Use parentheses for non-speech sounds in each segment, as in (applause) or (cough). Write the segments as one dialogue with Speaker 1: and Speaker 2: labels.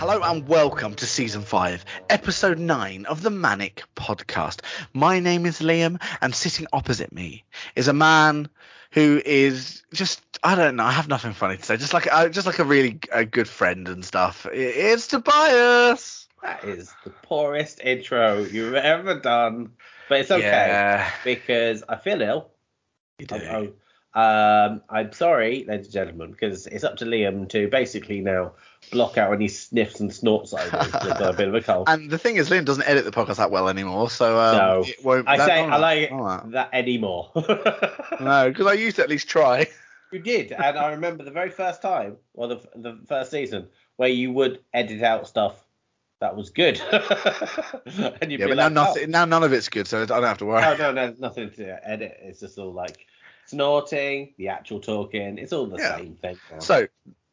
Speaker 1: and welcome to season five, episode nine of the Manic Podcast. My name is Liam, and sitting opposite me is a man who is just I don't know. I have nothing funny to say. Just like uh, just like a really a good friend and stuff. I- It's Tobias.
Speaker 2: That is the poorest intro you've ever done. But it's okay
Speaker 1: Yeah,
Speaker 2: because I feel ill.
Speaker 1: you do.
Speaker 2: I'm, um, I'm sorry, ladies and gentlemen, because it's up to Liam to basically now block out any sniffs and snorts that I do. 'cause I've got a bit of
Speaker 1: (laughs)
Speaker 2: a cold.
Speaker 1: And the thing is, Liam doesn't edit the podcast that well anymore, so um,
Speaker 2: No.
Speaker 1: it won't.
Speaker 2: I
Speaker 1: that-
Speaker 2: say
Speaker 1: none
Speaker 2: I
Speaker 1: of that-
Speaker 2: like
Speaker 1: none of
Speaker 2: that anymore. (laughs)
Speaker 1: that. No, because I used to at least try.
Speaker 2: you did, and I remember the very first time, well, the the first season, where you would edit out stuff that was good. (laughs) and you'd
Speaker 1: Yeah,
Speaker 2: be
Speaker 1: but
Speaker 2: like,
Speaker 1: now,
Speaker 2: "Oh."
Speaker 1: nothing, now none of it's good, so I don't have to worry.
Speaker 2: Oh no, no, it's nothing to edit. It's just all like snorting, the actual talking. It's all the
Speaker 1: Yeah.
Speaker 2: same thing. now.
Speaker 1: So,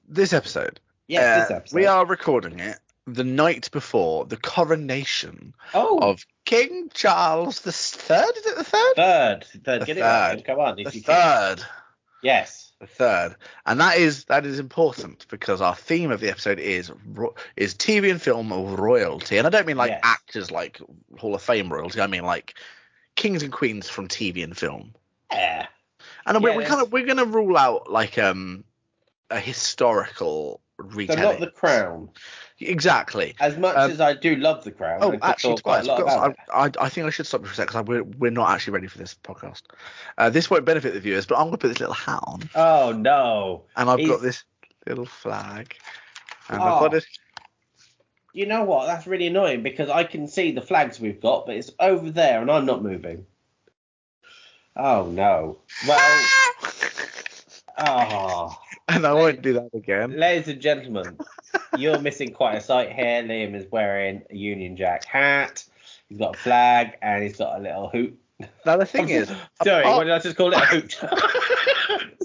Speaker 1: this episode,
Speaker 2: yes, this
Speaker 1: uh,
Speaker 2: episode.
Speaker 1: we are recording it the night before the coronation
Speaker 2: Oh,
Speaker 1: of King Charles the third. Is it the third?
Speaker 2: third, third.
Speaker 1: The
Speaker 2: get it right.
Speaker 1: third.
Speaker 2: Liam, Come on, if
Speaker 1: The
Speaker 2: you can.
Speaker 1: third.
Speaker 2: Yes.
Speaker 1: The third, and that is that is important because our theme of the episode is ro- is TV and film royalty, and I don't mean like
Speaker 2: Yes.
Speaker 1: actors like Hall of Fame royalty. I mean like kings and queens from TV and film.
Speaker 2: Yeah.
Speaker 1: And we
Speaker 2: Yeah,
Speaker 1: we
Speaker 2: that's-
Speaker 1: kind of we're gonna rule out like um a historical
Speaker 2: So
Speaker 1: retelling.
Speaker 2: not the crown.
Speaker 1: Exactly.
Speaker 2: As much
Speaker 1: Um,
Speaker 2: as I do love the crown. I
Speaker 1: Oh,
Speaker 2: could
Speaker 1: actually,
Speaker 2: talk quite
Speaker 1: Tobias,
Speaker 2: a lot
Speaker 1: I've got-
Speaker 2: about it.
Speaker 1: I, I, I think I should stop you for a sec because we're, we're not actually ready for this podcast. Uh, this won't benefit the viewers, but I'm going to put this little hat on,
Speaker 2: Oh no.
Speaker 1: and I've got
Speaker 2: He's-
Speaker 1: this little flag, and I've
Speaker 2: Oh.
Speaker 1: got
Speaker 2: (laughs)
Speaker 1: this.
Speaker 2: You know what? That's really annoying because I can see the flags we've got, but it's over there and I'm not moving. Oh no. Well, oh.
Speaker 1: and I won't do that again.
Speaker 2: Ladies and gentlemen, you're missing quite a sight here. Liam is wearing a Union Jack hat. He's got a flag and he's got a little hoot.
Speaker 1: Now the thing (laughs)
Speaker 2: (laughs)
Speaker 1: is,
Speaker 2: Sorry,
Speaker 1: apart-
Speaker 2: what did I just call it?
Speaker 1: (coughs)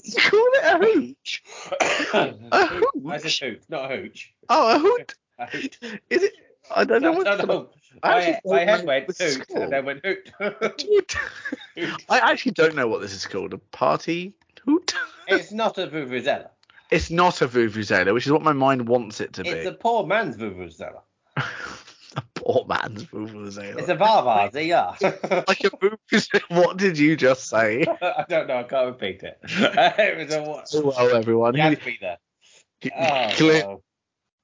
Speaker 2: A hoot.
Speaker 1: you call it a hooch? A
Speaker 2: I said
Speaker 1: hooch?
Speaker 2: hoot, not a hooch.
Speaker 1: Oh, a hoot?
Speaker 2: A hoot.
Speaker 1: Is it? I don't know
Speaker 2: No,
Speaker 1: what.
Speaker 2: no, no.
Speaker 1: I
Speaker 2: My,
Speaker 1: actually
Speaker 2: my
Speaker 1: thought
Speaker 2: head
Speaker 1: it
Speaker 2: went
Speaker 1: was
Speaker 2: hoot
Speaker 1: skull.
Speaker 2: and then went hoot.
Speaker 1: Hoot.
Speaker 2: Hoot.
Speaker 1: I actually don't know what this is called. A party hoot?
Speaker 2: (laughs) It's not a vuvuzela.
Speaker 1: (laughs) It's not a vuvuzela, which is what my mind wants it to be.
Speaker 2: It's a poor man's vuvuzela.
Speaker 1: a poor man's vuvuzela.
Speaker 2: It's a vava, yeah.
Speaker 1: like a vuvuzela. (laughs) What did you just say?
Speaker 2: (laughs) I don't know. I can't repeat it. (laughs) it was a what?
Speaker 1: Hello, everyone.
Speaker 2: You have to be there. Oh,
Speaker 1: Clear-
Speaker 2: no.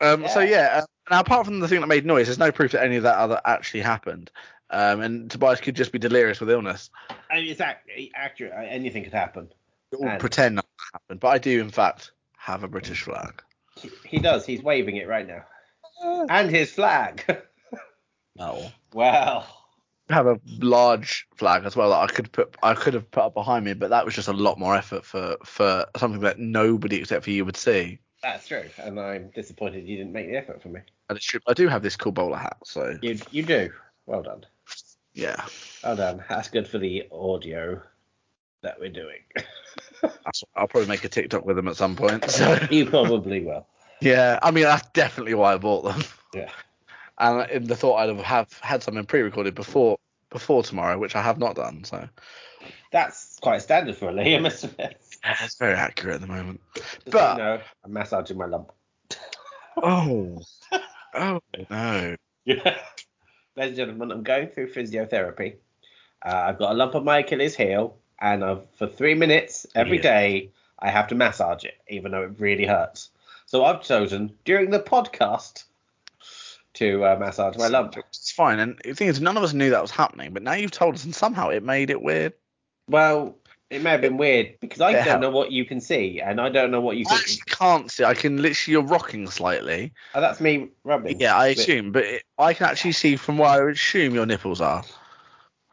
Speaker 1: um, So
Speaker 2: yeah.
Speaker 1: yeah. Um, now, apart from the thing that made noise, there's no proof that any of that other actually happened. Um, and Tobias could just be delirious with illness.
Speaker 2: I mean, it's act- accurate. uh, Anything could happen.
Speaker 1: Or
Speaker 2: And-
Speaker 1: pretend nothing happened. But I do, in fact, have a British flag.
Speaker 2: He, he does. He's waving it right now. And his flag. (laughs)
Speaker 1: No.
Speaker 2: wow.
Speaker 1: Have a large flag as well that I could put. I could have put up behind me, but that was just a lot more effort for for something that nobody except for you would see.
Speaker 2: That's true. And I'm disappointed you didn't make the effort for me.
Speaker 1: And it's true. I do have this cool bowler hat, so
Speaker 2: You you do. Well done.
Speaker 1: yeah.
Speaker 2: Well done. That's good for the audio that we're doing. (laughs)
Speaker 1: That's- I'll probably make a TikTok with them at some (laughs) point. So
Speaker 2: you probably will.
Speaker 1: yeah, I mean that's definitely why I bought them.
Speaker 2: Yeah.
Speaker 1: And in the thought I'd have, have had something pre-recorded before before tomorrow, which I have not done. So
Speaker 2: That's quite standard for a Liam Smith.
Speaker 1: it's very accurate at the moment.
Speaker 2: But
Speaker 1: But-
Speaker 2: you know, I'm massaging my lump.
Speaker 1: Oh, (laughs) oh no.
Speaker 2: Yeah. (laughs) Ladies and gentlemen, I'm going through physiotherapy. Uh, I've got a lump on my Achilles heel, and I've, for three minutes every
Speaker 1: Yeah.
Speaker 2: day, I have to massage it, even though it really hurts. So I've chosen during the podcast to uh, massage my lump.
Speaker 1: It's fine. And the thing is, none of us knew that was happening, but now you've told us, and somehow it made it weird.
Speaker 2: Well, it may have been weird because I
Speaker 1: It
Speaker 2: don't
Speaker 1: helped.
Speaker 2: know what you can see, and I don't know what you
Speaker 1: I
Speaker 2: can.
Speaker 1: actually can't see. I can literally you're rocking slightly.
Speaker 2: Oh, that's me rubbing.
Speaker 1: Yeah, I
Speaker 2: Wait.
Speaker 1: assume, but it, I can actually see from where I would assume your nipples are.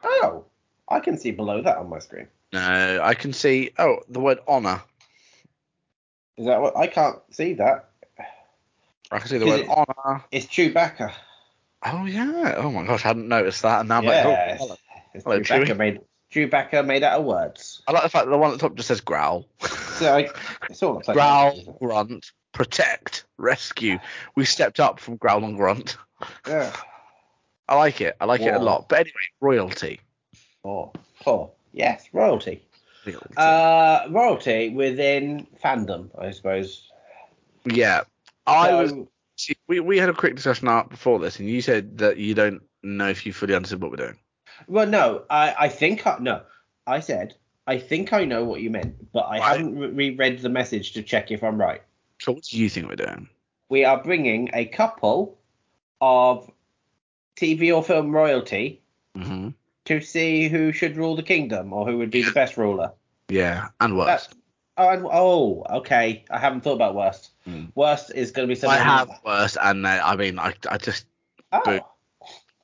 Speaker 2: Oh, I can see below that on my screen.
Speaker 1: No, I can see. Oh, the word honor.
Speaker 2: Is that what? I can't see that.
Speaker 1: I can see the
Speaker 2: Is
Speaker 1: word
Speaker 2: it-
Speaker 1: honor.
Speaker 2: It's Chewbacca.
Speaker 1: Oh yeah. Oh my gosh, I hadn't noticed that, and now I'm
Speaker 2: yeah,
Speaker 1: like, oh, hello.
Speaker 2: it's
Speaker 1: Hello,
Speaker 2: Chewbacca
Speaker 1: Chewie.
Speaker 2: made Chewbacca made out of words.
Speaker 1: I like the fact that the one at the top just says
Speaker 2: (laughs)
Speaker 1: growl. (laughs)
Speaker 2: So I, it's all a pleasure.
Speaker 1: growl, grunt, protect, rescue. We stepped up from growl and grunt.
Speaker 2: Yeah.
Speaker 1: I like it. I like it a
Speaker 2: Whoa.
Speaker 1: lot. But anyway, royalty.
Speaker 2: Oh, oh, yes, royalty.
Speaker 1: Royalty.
Speaker 2: Uh, royalty within fandom, I suppose.
Speaker 1: (laughs) yeah. I was
Speaker 2: So,
Speaker 1: actually, we, we had a quick discussion out before this, and you said that you don't know if you fully understood what we're doing.
Speaker 2: Well, no, I, I think I, no, I said I think I know what you meant, but I
Speaker 1: Right.
Speaker 2: haven't re- reread the message to check if I'm right.
Speaker 1: So what do you think we're doing?
Speaker 2: We are bringing a couple of TV or film royalty Mm-hmm.
Speaker 1: hmm
Speaker 2: to see who should rule the kingdom or who would be the best ruler.
Speaker 1: Yeah, and worse.
Speaker 2: That's- Oh, and- oh, okay. I haven't thought about worst.
Speaker 1: Hmm.
Speaker 2: Worst is going to be
Speaker 1: I
Speaker 2: something.
Speaker 1: have worse, and uh, I mean, I, I just
Speaker 2: Oh.
Speaker 1: Boo.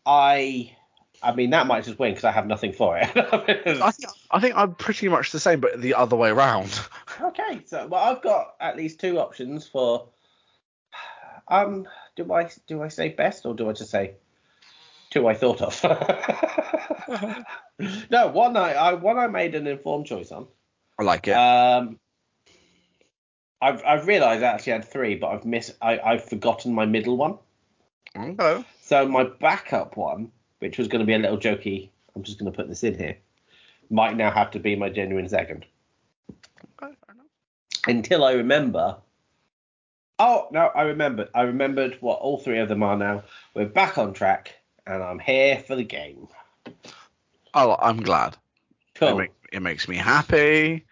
Speaker 2: I, I mean that might just win because I have nothing for it.
Speaker 1: (laughs) I think I think I'm pretty much the same, but the other way around.
Speaker 2: (laughs)
Speaker 1: (laughs)
Speaker 2: okay, so well I've got at least two options for. (sighs) Um, do I do I say best or do I just say two I
Speaker 1: (laughs)
Speaker 2: thought of?
Speaker 1: I
Speaker 2: (laughs) no, one I, I one I made an informed choice on.
Speaker 1: like it.
Speaker 2: Um, I've I've realised I actually had three, but I've missed I I've forgotten my middle one.
Speaker 1: Okay.
Speaker 2: So my backup one, which was going to be a little jokey, I'm just going to put this in here, might now have to be my genuine second
Speaker 1: Okay, fair enough.
Speaker 2: until I remember. Oh no, I remembered. I remembered what all three of them are now. We're back on track, and I'm here for the game.
Speaker 1: Oh, I'm glad. It,
Speaker 2: Cool.
Speaker 1: make, it makes me happy.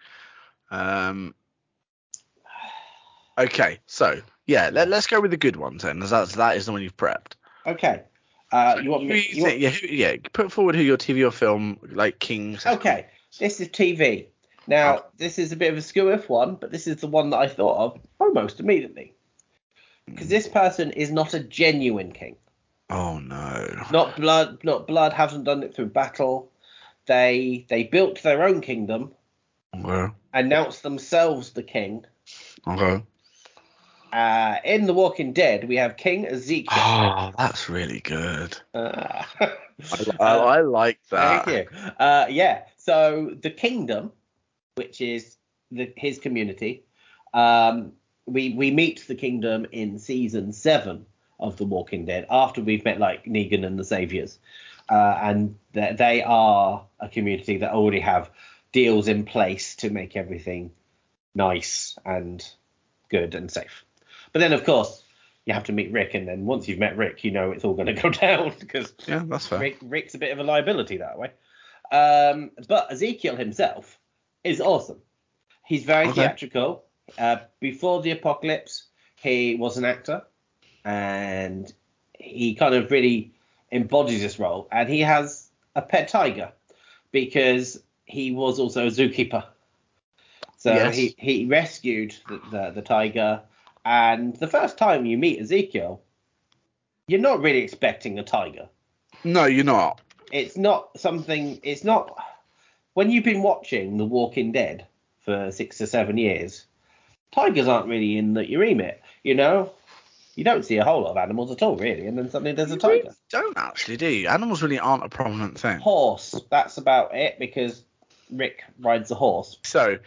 Speaker 1: Um. Okay, so yeah, let, let's go with the good ones then, as that's that is the one you've prepped.
Speaker 2: Okay. Uh, you want
Speaker 1: Who
Speaker 2: me?
Speaker 1: you
Speaker 2: You want,
Speaker 1: think- yeah, who- yeah, put forward who your TV or film like kings.
Speaker 2: Okay, this is TV. Now, this is a bit of a skew if one, but this is the one that I thought of almost immediately. Because this person is not a genuine king.
Speaker 1: Oh no.
Speaker 2: Not blood, not blood, hasn't done it through battle. They they built their own kingdom,
Speaker 1: Okay.
Speaker 2: announced themselves the king.
Speaker 1: Okay.
Speaker 2: Uh, in The Walking Dead, we have King
Speaker 1: (gasps)
Speaker 2: Ezekiel.
Speaker 1: Oh, that's really good.
Speaker 2: Uh, (laughs)
Speaker 1: I, I like that.
Speaker 2: Thank you. Uh, yeah. So the kingdom, which is the, his community, um, we we meet the kingdom in season seven of The Walking Dead after we've met like Negan and the Saviors, uh, and th- they are a community that already have deals in place to make everything nice and good and safe. But then of course you have to meet Rick, and then once you've met Rick, you know it's all going to (laughs) go down because
Speaker 1: Yeah, that's fair.
Speaker 2: Rick, Rick's a bit of a liability that way. Um, but Ezekiel himself is awesome. He's very
Speaker 1: Okay.
Speaker 2: theatrical. Uh, before the apocalypse, he was an actor, and he kind of really embodies this role. And he has a pet tiger because he was also a zookeeper. So
Speaker 1: Yes.
Speaker 2: he, he rescued the, the, the tiger. And the first time you meet Ezekiel, you're not really expecting a tiger
Speaker 1: No, you're not.
Speaker 2: it's not something it's not when you've been watching the walking dead for six or seven years tigers aren't really in that your remit you know you don't see a whole lot of animals at all really and then suddenly there's a
Speaker 1: You really
Speaker 2: tiger
Speaker 1: don't actually, do you? Animals really aren't a prominent thing.
Speaker 2: horse that's about it because rick rides a horse
Speaker 1: So,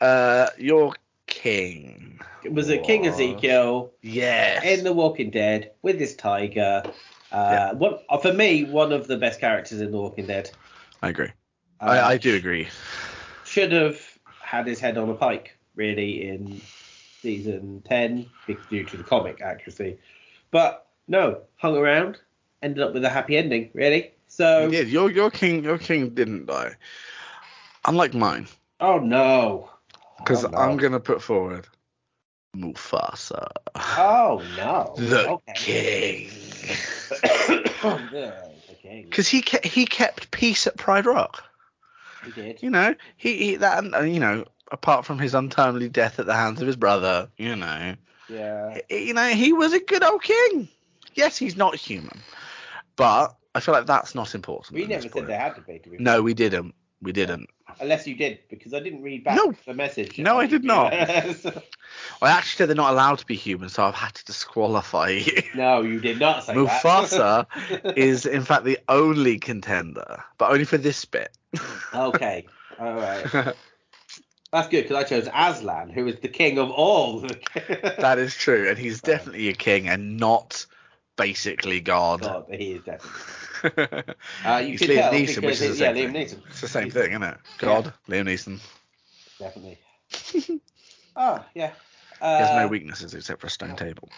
Speaker 1: uh, your king.
Speaker 2: it was a king
Speaker 1: Was-
Speaker 2: ezekiel
Speaker 1: Yes.
Speaker 2: in the walking dead with his tiger uh,
Speaker 1: Yeah.
Speaker 2: one, uh, for me, one of the best characters in The Walking Dead.
Speaker 1: I agree.
Speaker 2: Uh,
Speaker 1: I, I do agree.
Speaker 2: should have had his head on a pike really in season 10 be- due to the comic accuracy but no hung around ended up with a happy ending really so
Speaker 1: You did. Your your king your king didn't die. Unlike mine,
Speaker 2: oh no
Speaker 1: because
Speaker 2: Oh, no.
Speaker 1: I'm gonna put forward Mufasa,
Speaker 2: oh no
Speaker 1: the
Speaker 2: (coughs) okay
Speaker 1: king. (coughs)
Speaker 2: The- the king.
Speaker 1: Because he kept, he kept peace at Pride Rock.
Speaker 2: he did
Speaker 1: You know, he, he that and, uh, you know, apart from his untimely death at the hands of his brother, you know,
Speaker 2: yeah
Speaker 1: i- you know, he was a good old king. Yes, he's not human, but I feel like that's not important.
Speaker 2: we
Speaker 1: at
Speaker 2: never
Speaker 1: this
Speaker 2: said
Speaker 1: point.
Speaker 2: they had to be to be
Speaker 1: No, we didn't. We didn't.
Speaker 2: unless you did because i didn't read back
Speaker 1: No.
Speaker 2: the message
Speaker 1: No, I did
Speaker 2: not
Speaker 1: I actually said they're not allowed to be human, so I've had to disqualify you.
Speaker 2: (laughs) no you did not say that. (laughs)
Speaker 1: Mufasa is, in fact, the only contender, but only for this
Speaker 2: (laughs)
Speaker 1: bit.
Speaker 2: okay all right That's good because I chose Aslan, who is the king of all. (laughs)
Speaker 1: that is true, and he's
Speaker 2: Right.
Speaker 1: definitely a king and not basically God.
Speaker 2: God, he is definitely. Uh, you
Speaker 1: He's
Speaker 2: could
Speaker 1: Liam
Speaker 2: tell
Speaker 1: Neeson, which
Speaker 2: because
Speaker 1: is the
Speaker 2: he- yeah,
Speaker 1: same
Speaker 2: Liam
Speaker 1: thing.
Speaker 2: Neeson.
Speaker 1: (laughs) It's the same thing, isn't it? God, Liam Neeson.
Speaker 2: Definitely.
Speaker 1: (laughs)
Speaker 2: oh yeah. Uh,
Speaker 1: He has no weaknesses except for a stone table.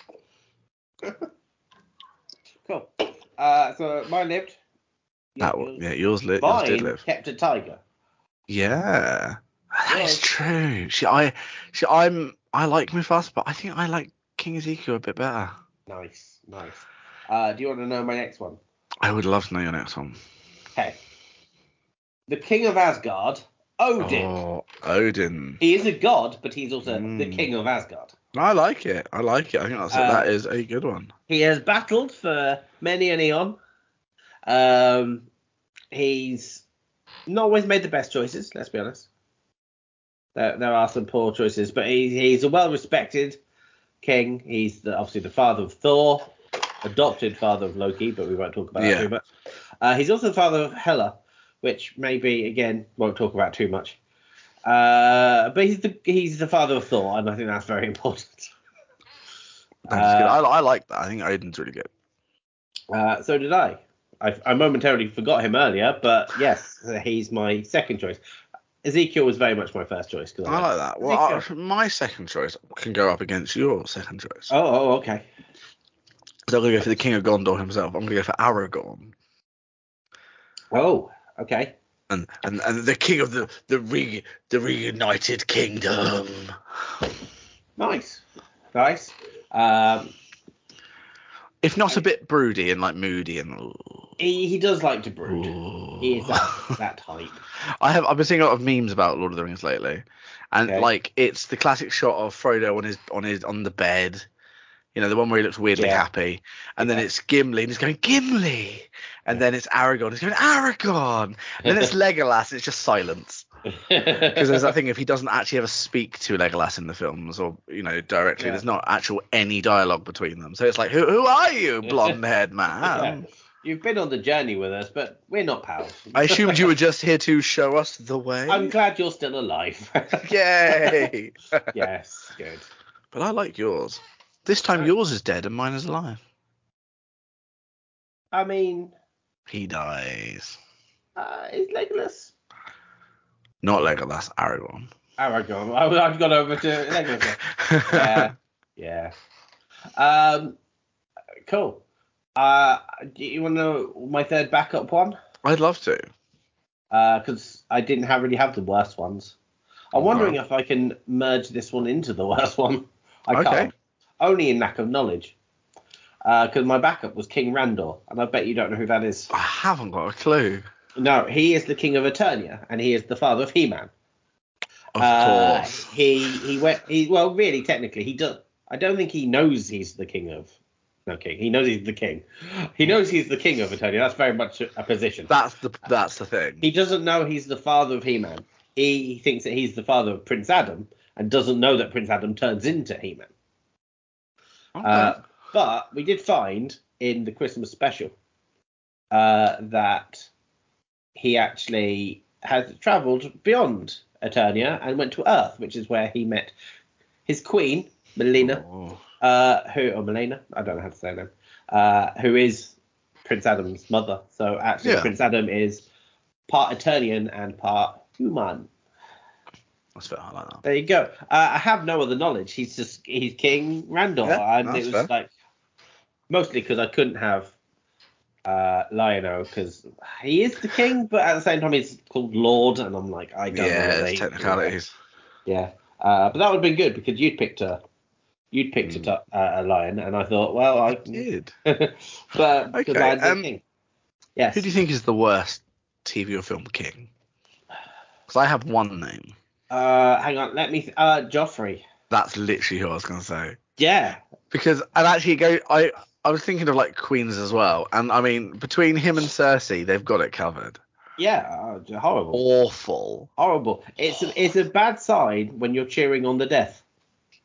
Speaker 2: Cool. Uh, so mine lived.
Speaker 1: That
Speaker 2: Yours-
Speaker 1: w- yeah, yours, li- yours did
Speaker 2: Mine
Speaker 1: live.
Speaker 2: kept a tiger.
Speaker 1: Yeah, that is
Speaker 2: Yours-
Speaker 1: true. She, I, she, I'm, I like Mufasa, but I think I like King Ezekiel a bit better.
Speaker 2: Nice, nice. Uh, do you want to know my next one?
Speaker 1: I would love to know your next one.
Speaker 2: Okay. The king of Asgard, Odin.
Speaker 1: Oh, Odin.
Speaker 2: He is a god, but he's also the
Speaker 1: Mm.
Speaker 2: king of Asgard.
Speaker 1: I like it. I like it. I think that's
Speaker 2: Uh,
Speaker 1: that is a good one.
Speaker 2: He has battled for many an eon. Um, he's not always made the best choices, let's be honest. There, there are some poor choices, but he, he's a well respected king. He's the, obviously the father of Thor, adopted father of Loki, but we won't talk about
Speaker 1: Yeah.
Speaker 2: that too much. Uh, he's also the father of Hela, which maybe, again, won't talk about too much. Uh, but he's the he's the father of Thor, and I think that's very (laughs) important.
Speaker 1: That's
Speaker 2: Uh,
Speaker 1: good. I, I like that. I think Odin's really good.
Speaker 2: Uh, so did I. I. I momentarily forgot him earlier, but yes, he's my second choice. Ezekiel was very much my first choice. 'cause I
Speaker 1: I
Speaker 2: liked-
Speaker 1: like that. Well, I, my second choice can go up against your second choice.
Speaker 2: Oh, oh, okay.
Speaker 1: So I'm gonna go for the King of Gondor himself. I'm gonna go for Aragorn,
Speaker 2: Oh, okay.
Speaker 1: and and, and the King of the the re the reunited kingdom.
Speaker 2: Nice, nice. Um,
Speaker 1: If not a bit broody and like moody and. ooh,
Speaker 2: he, he does like to brood. He is
Speaker 1: (laughs)
Speaker 2: that, that type.
Speaker 1: I have I've been seeing a lot of memes about Lord of the Rings lately, and
Speaker 2: Okay.
Speaker 1: like it's the classic shot of Frodo on his on his on the bed, you know the one where he looks weirdly
Speaker 2: Yeah.
Speaker 1: happy, and then
Speaker 2: Yeah.
Speaker 1: it's Gimli and he's going Gimli, and then it's Aragorn he's going Aragorn, and
Speaker 2: (laughs)
Speaker 1: then it's Legolas and it's just silence because there's that thing if he doesn't actually ever speak to Legolas in the films or you know directly
Speaker 2: Yeah.
Speaker 1: there's not actual any dialogue between them so it's like who who are
Speaker 2: (laughs)
Speaker 1: you blonde haired man.
Speaker 2: (laughs) Yeah. You've been on the journey with us, but we're not pals.
Speaker 1: I assumed you were just here to show us the way.
Speaker 2: I'm glad you're
Speaker 1: (laughs)
Speaker 2: still alive.
Speaker 1: Yay!
Speaker 2: yes, good.
Speaker 1: But I like yours. This time
Speaker 2: Right.
Speaker 1: yours is dead and mine is alive.
Speaker 2: I mean,
Speaker 1: He dies.
Speaker 2: uh, is Legolas
Speaker 1: Not Legolas, Aragorn.
Speaker 2: Aragorn. I- Oh, I've gone over to
Speaker 1: (laughs)
Speaker 2: Legolas. yeah, yeah. Um, cool. Uh, do you want to know my third backup one?
Speaker 1: I'd love to.
Speaker 2: Because I didn't have really have the worst ones. I'm wondering if I can merge this one into the (laughs) worst one. I
Speaker 1: Okay.
Speaker 2: can't. Only in lack of knowledge. Because my backup was King Randor, and I bet you don't know who that is.
Speaker 1: I haven't got a clue.
Speaker 2: No, he is the King of Eternia, and he is the father of He-Man.
Speaker 1: Of
Speaker 2: Uh,
Speaker 1: course.
Speaker 2: He he went. He well, really, technically, he does. I don't think he knows he's the king of. No king. He knows he's the king. He knows he's the king of Eternia. That's very much a a position.
Speaker 1: That's the that's the thing.
Speaker 2: He doesn't know he's the father of He-Man. He thinks that he's the father of Prince Adam, and doesn't know that Prince Adam turns into He-Man.
Speaker 1: Okay.
Speaker 2: Uh, but we did find in the Christmas special uh, that he actually has travelled beyond Eternia and went to Earth, which is where he met his queen, Melina,
Speaker 1: Oh.
Speaker 2: uh, who or Melina, I don't know how to say her name, uh, who is Prince Adam's mother. So actually,
Speaker 1: Yeah.
Speaker 2: Prince Adam is part Eternian and part human.
Speaker 1: That's fair. I like that.
Speaker 2: There you go. Uh, I have no other knowledge. He's just he's King Randall,
Speaker 1: Yeah,
Speaker 2: and
Speaker 1: that's
Speaker 2: it was
Speaker 1: fair.
Speaker 2: like mostly because I couldn't have uh, Lionel because he is the king, but at the same time he's called Lord, and I'm like I don't know.
Speaker 1: Yeah,
Speaker 2: what
Speaker 1: it's
Speaker 2: they-
Speaker 1: technicalities.
Speaker 2: Yeah, uh, but that would have been good because you'd picked a you'd picked
Speaker 1: Mm.
Speaker 2: a, tu- uh, a lion, and I thought, well, I,
Speaker 1: Did.
Speaker 2: (laughs) but
Speaker 1: (laughs) Okay,
Speaker 2: because I'm the
Speaker 1: um,
Speaker 2: king. Yes.
Speaker 1: Who do you think is the worst TV or film king? Because I have one name.
Speaker 2: uh, hang on, let me. Th- uh, Joffrey.
Speaker 1: That's literally who I was gonna say.
Speaker 2: Yeah.
Speaker 1: because and actually go I I was thinking of like Queens as well, and I mean between him and Cersei, they've got it covered.
Speaker 2: Yeah. Uh, horrible.
Speaker 1: Awful.
Speaker 2: horrible. It's a, it's a bad sign when you're cheering on the death.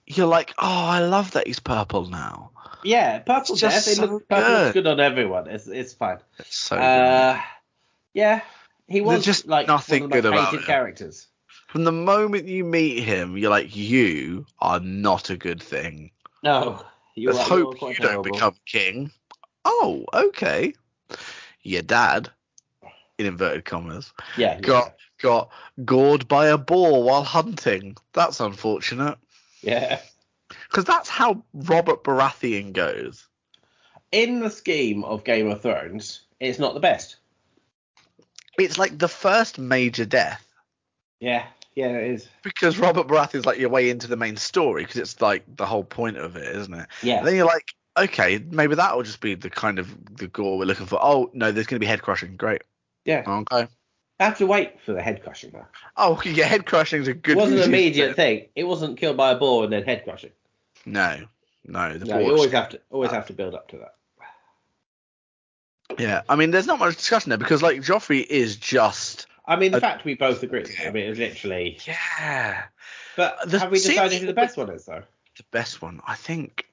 Speaker 1: You're like, oh, I love that he's purple now.
Speaker 2: Yeah, purple
Speaker 1: It's just
Speaker 2: death. It
Speaker 1: so
Speaker 2: looks purple looks
Speaker 1: good.
Speaker 2: good on everyone. It's it's fine.
Speaker 1: It's so good.
Speaker 2: Uh, yeah, he was
Speaker 1: There's just
Speaker 2: like
Speaker 1: nothing
Speaker 2: one of
Speaker 1: good
Speaker 2: my
Speaker 1: about
Speaker 2: hated
Speaker 1: him.
Speaker 2: characters.
Speaker 1: From the moment you meet him, you're like, you are not a good thing.
Speaker 2: No, you
Speaker 1: Let's
Speaker 2: are, you are
Speaker 1: hope you
Speaker 2: quite
Speaker 1: don't
Speaker 2: horrible.
Speaker 1: become king. Oh, okay. Your dad, in inverted commas,
Speaker 2: yeah,
Speaker 1: got got gored by a boar while hunting. That's unfortunate.
Speaker 2: yeah,
Speaker 1: because that's how Robert Baratheon goes.
Speaker 2: in the scheme of Game of Thrones, it's not the best.
Speaker 1: It's like the first major death
Speaker 2: Yeah, yeah, it is.
Speaker 1: because Robert Baratheon's like your way into the main story because it's like the whole point of it, isn't it?
Speaker 2: Yeah.
Speaker 1: And then you're like, okay, maybe that will just be the kind of the gore we're looking for. Oh no, there's going to be head crushing. Great.
Speaker 2: Yeah.
Speaker 1: Okay.
Speaker 2: I have to wait for the head crushing though.
Speaker 1: Oh, yeah, head crushing's a good. (laughs)
Speaker 2: It wasn't an
Speaker 1: reason.
Speaker 2: immediate thing. It wasn't killed by a boar and then head crushing.
Speaker 1: No, no. The
Speaker 2: No, you
Speaker 1: orcs-
Speaker 2: always have to always
Speaker 1: Uh,
Speaker 2: have to build up to that.
Speaker 1: Yeah, I mean, there's not much discussion there because like Joffrey is just
Speaker 2: I mean, the
Speaker 1: Uh,
Speaker 2: fact we both agree. I mean, it was literally.
Speaker 1: yeah
Speaker 2: But
Speaker 1: Uh, The
Speaker 2: have we
Speaker 1: scene-
Speaker 2: decided who the best one is though?
Speaker 1: the best one. I think,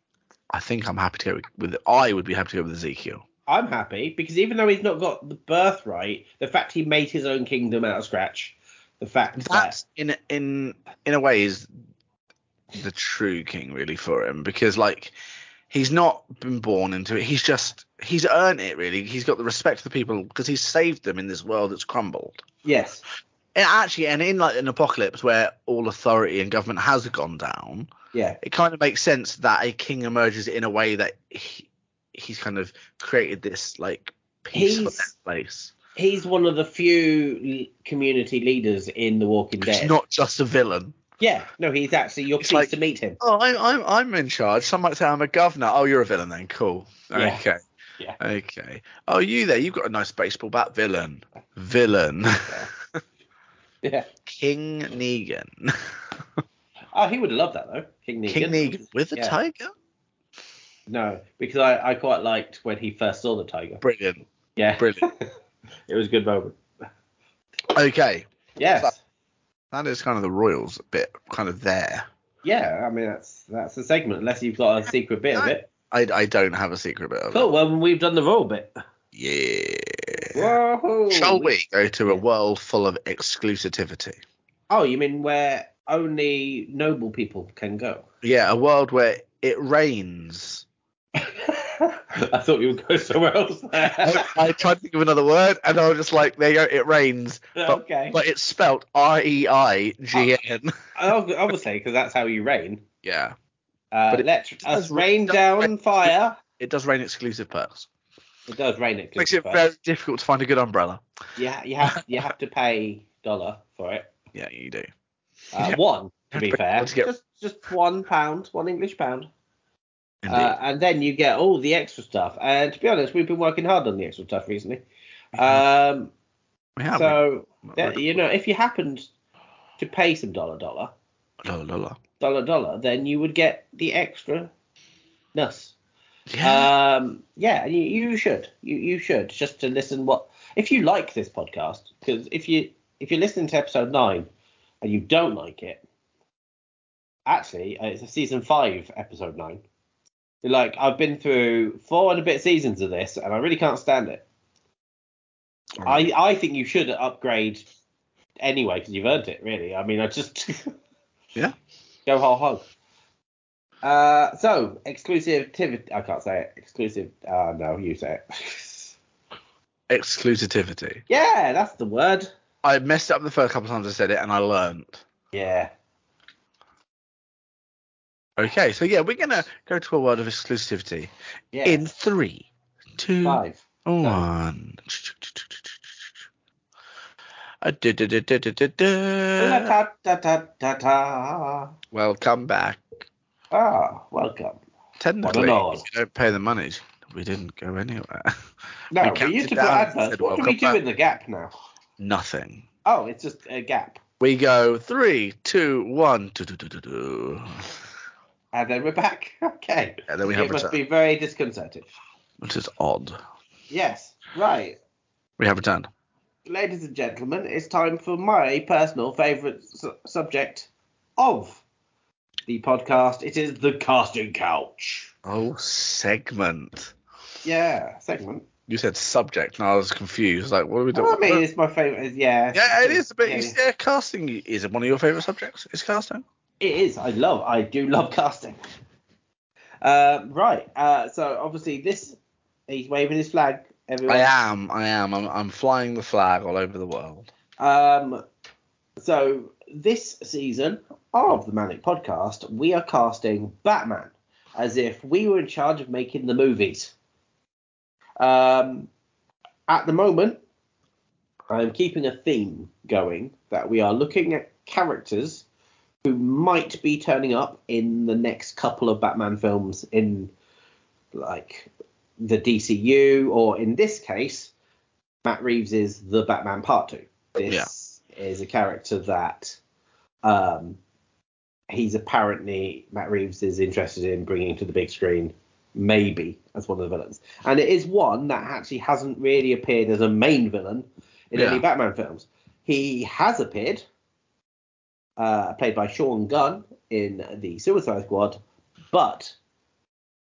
Speaker 1: I think I'm happy to go with. I would be happy to go with Ezekiel.
Speaker 2: I'm happy because even though he's not got the birthright, the fact he made his own kingdom out of scratch, the fact
Speaker 1: That's in in in a way is the true king really for him because like he's not been born into it. He's just he's earned it really. He's got the respect of the people because he's saved them in this world that's crumbled.
Speaker 2: that yes,
Speaker 1: And actually, and in like an apocalypse where all authority and government has gone down,
Speaker 2: yeah,
Speaker 1: it kind of makes sense that a king emerges in a way that he, he's kind of created this like peaceful
Speaker 2: He's-
Speaker 1: place.
Speaker 2: he's one of the few l- community leaders in The Walking
Speaker 1: He's
Speaker 2: Dead.
Speaker 1: not just a villain.
Speaker 2: yeah, no, he's actually you're
Speaker 1: It's
Speaker 2: pleased
Speaker 1: like-
Speaker 2: to meet him. (laughs)
Speaker 1: Oh, I, I'm I'm in charge. Some might say I'm a governor. Oh, you're a villain then. Cool.
Speaker 2: Yeah.
Speaker 1: Okay.
Speaker 2: Yeah.
Speaker 1: Okay. Oh, you there? You've got a nice baseball bat. Villain. Villain.
Speaker 2: Yeah.
Speaker 1: King Negan.
Speaker 2: Oh, he would love that though, King Negan.
Speaker 1: King Negan with a
Speaker 2: Yeah.
Speaker 1: tiger.
Speaker 2: No, because I, I quite liked when he first saw the tiger.
Speaker 1: Brilliant.
Speaker 2: Yeah, (laughs)
Speaker 1: Brilliant.
Speaker 2: it was a good moment.
Speaker 1: okay.
Speaker 2: Yes.
Speaker 1: So- That is kind of the royals bit, kind of there.
Speaker 2: Yeah, I mean that's that's the segment. Unless you've got a secret bit of it.
Speaker 1: I, I don't have a secret bit of it.
Speaker 2: Cool. Well, we've done the roll bit.
Speaker 1: Yeah.
Speaker 2: Whoa.
Speaker 1: Shall we go to a world full of exclusivity?
Speaker 2: Oh, you mean where only noble people can go? (laughs)
Speaker 1: Yeah, a world where it rains.
Speaker 2: I thought you would go somewhere else. (laughs)
Speaker 1: I, I tried to think of another word, and I was just like, there you go, it rains.
Speaker 2: okay.
Speaker 1: But it's spelt R E I G N.
Speaker 2: Ob- Obviously, because that's how you rain.
Speaker 1: Yeah.
Speaker 2: Uh,
Speaker 1: But it
Speaker 2: let
Speaker 1: does
Speaker 2: us
Speaker 1: ra-
Speaker 2: rain
Speaker 1: does
Speaker 2: down
Speaker 1: rain-
Speaker 2: fire.
Speaker 1: It does rain exclusive perks.
Speaker 2: It does rain. It
Speaker 1: Makes it very difficult to find a good umbrella.
Speaker 2: Yeah, you have you have to pay dollar for it.
Speaker 1: Yeah, you do.
Speaker 2: Uh,
Speaker 1: (laughs) Yeah.
Speaker 2: One, to be
Speaker 1: But
Speaker 2: fair,
Speaker 1: let's get-
Speaker 2: just just one pound, one English pound,
Speaker 1: Indeed.
Speaker 2: uh, and then you get all the extra stuff. And to be honest, we've been working hard on the extra stuff recently.
Speaker 1: Uh,
Speaker 2: Um,
Speaker 1: we have
Speaker 2: so
Speaker 1: it.
Speaker 2: that- you know, if you happened to pay some dollar, dollar,
Speaker 1: La, la, la.
Speaker 2: dollar, dollar, then you would get the extra ness.
Speaker 1: Yeah.
Speaker 2: Um, yeah, you, you should. You you should just to listen what if you like this podcast because if you if you're listening to episode nine and you don't like it, actually uh, it's a season five episode nine. You're like I've been through four and a bit seasons of this and I really can't stand it. I I think you should upgrade anyway because you've earned it really. I mean I just (laughs)
Speaker 1: Yeah.
Speaker 2: go whole hog. Uh, so exclusivity. I can't say it. Exclusive. Uh, no, you say it. (laughs)
Speaker 1: Exclusivity.
Speaker 2: yeah, that's the word.
Speaker 1: I messed up the first couple of times I said it, and I learned.
Speaker 2: Yeah.
Speaker 1: Okay, so yeah, we're gonna go to a world of exclusivity
Speaker 2: Yeah.
Speaker 1: in three, two, (laughs)
Speaker 2: five.
Speaker 1: one. Uh, du- du- du- du- du- du- du.
Speaker 2: Da, da, da, da, da.
Speaker 1: Welcome back.
Speaker 2: Ah, welcome.
Speaker 1: Technically,
Speaker 2: all.
Speaker 1: if you don't pay the money, we didn't go anywhere. (laughs) We
Speaker 2: No, we,
Speaker 1: counted
Speaker 2: used to put
Speaker 1: down and
Speaker 2: adverts.
Speaker 1: said
Speaker 2: What do we
Speaker 1: welcome
Speaker 2: do
Speaker 1: back.
Speaker 2: in the gap now?
Speaker 1: Nothing.
Speaker 2: Oh, it's just a gap,
Speaker 1: We go three, two, one. Du- du- du- du- du.
Speaker 2: and then we're back. (laughs) Okay.
Speaker 1: And then we have
Speaker 2: It must
Speaker 1: return,
Speaker 2: be very disconcerting.
Speaker 1: which is odd.
Speaker 2: Yes. Right.
Speaker 1: We have returned.
Speaker 2: ladies and gentlemen, it's time for my personal favourite su- subject of the podcast. It is the casting couch.
Speaker 1: Oh, segment.
Speaker 2: Yeah, segment.
Speaker 1: You said subject, and I was confused. Like, what are we doing?
Speaker 2: Well, Oh, I mean, it's my favourite. Yeah.
Speaker 1: Yeah, it is. But
Speaker 2: Yeah,
Speaker 1: you
Speaker 2: yeah.
Speaker 1: yeah, casting is one of your favourite subjects. Is casting?
Speaker 2: It is. I love. I do love casting. Uh, right. Uh, so obviously this, he's waving his flag. Everyone.
Speaker 1: I am. I am. I'm, I'm flying the flag all over the world.
Speaker 2: Um, so this season of the Manic Podcast, we are casting Batman as if we were in charge of making the movies. Um, at the moment, I'm keeping a theme going that we are looking at characters who might be turning up in the next couple of Batman films in like the DCU or in this case, Matt Reeves is the Batman Part Two. This is a character that um, he's apparently Matt Reeves is interested in bringing to the big screen, maybe as one of the villains. And it is one that actually hasn't really appeared as a main villain in
Speaker 1: Yeah.
Speaker 2: any Batman films. He has appeared, uh, played by Sean Gunn in the Suicide Squad, but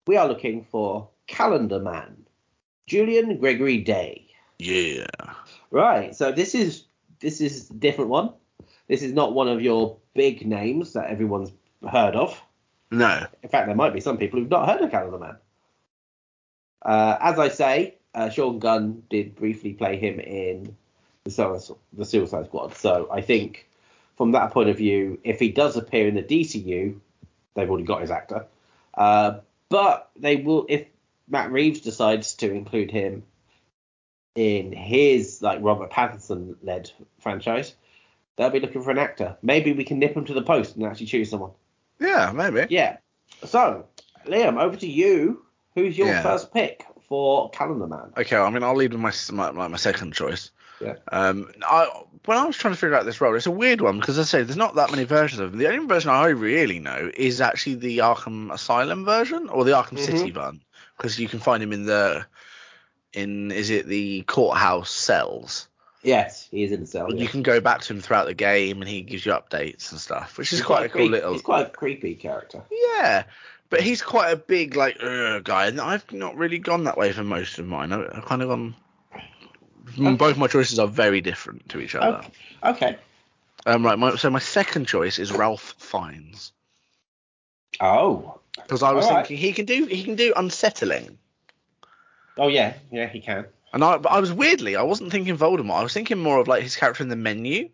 Speaker 2: we are looking for Calendar Man, Julian Gregory Day.
Speaker 1: Yeah.
Speaker 2: Right. So this is this is a different one. This is not one of your big names that everyone's heard of.
Speaker 1: No.
Speaker 2: In fact, there might be some people who've not heard of Calendar Man. Uh, as I say, uh, Sean Gunn did briefly play him in the, Su- the Suicide Squad. So I think from that point of view, if he does appear in the DCU, they've already got his actor. Uh, but they will, if Matt Reeves decides to include him in his like Robert Pattinson led franchise, they'll be looking for an actor. Maybe we can nip him to the post and actually choose someone.
Speaker 1: Yeah, maybe.
Speaker 2: Yeah. So, Liam, over to you. Who's your
Speaker 1: Yeah.
Speaker 2: first pick for Calendar Man?
Speaker 1: Okay, I mean, I'll lead with my s- my, my, my second choice.
Speaker 2: Yeah.
Speaker 1: Um, I when I was trying to figure out this role, it's a weird one because as I say there's not that many versions of them. The only version I really know is actually the Arkham Asylum version or the Arkham
Speaker 2: Mhm.
Speaker 1: City one, because you can find him in the in is it the courthouse cells.
Speaker 2: Yes, he is in the cell.
Speaker 1: And
Speaker 2: Oh, yeah.
Speaker 1: You can go back to him throughout the game, and he gives you updates and stuff, which is
Speaker 2: He's
Speaker 1: quite a cool
Speaker 2: creep-
Speaker 1: little.
Speaker 2: He's quite a creepy character.
Speaker 1: Yeah, but he's quite a big like uh, guy, and I've not really gone that way for most of mine. I- I've kind of gone. m- Both my choices are very different to each other.
Speaker 2: Okay. okay.
Speaker 1: Um, right, my, so my second choice is Ralph Fiennes
Speaker 2: Oh.
Speaker 1: because I was
Speaker 2: All right.
Speaker 1: thinking he can do he can do unsettling,
Speaker 2: Oh yeah. Yeah, he can.
Speaker 1: and I but I was weirdly I wasn't thinking Voldemort. I was thinking more of like his character in the menu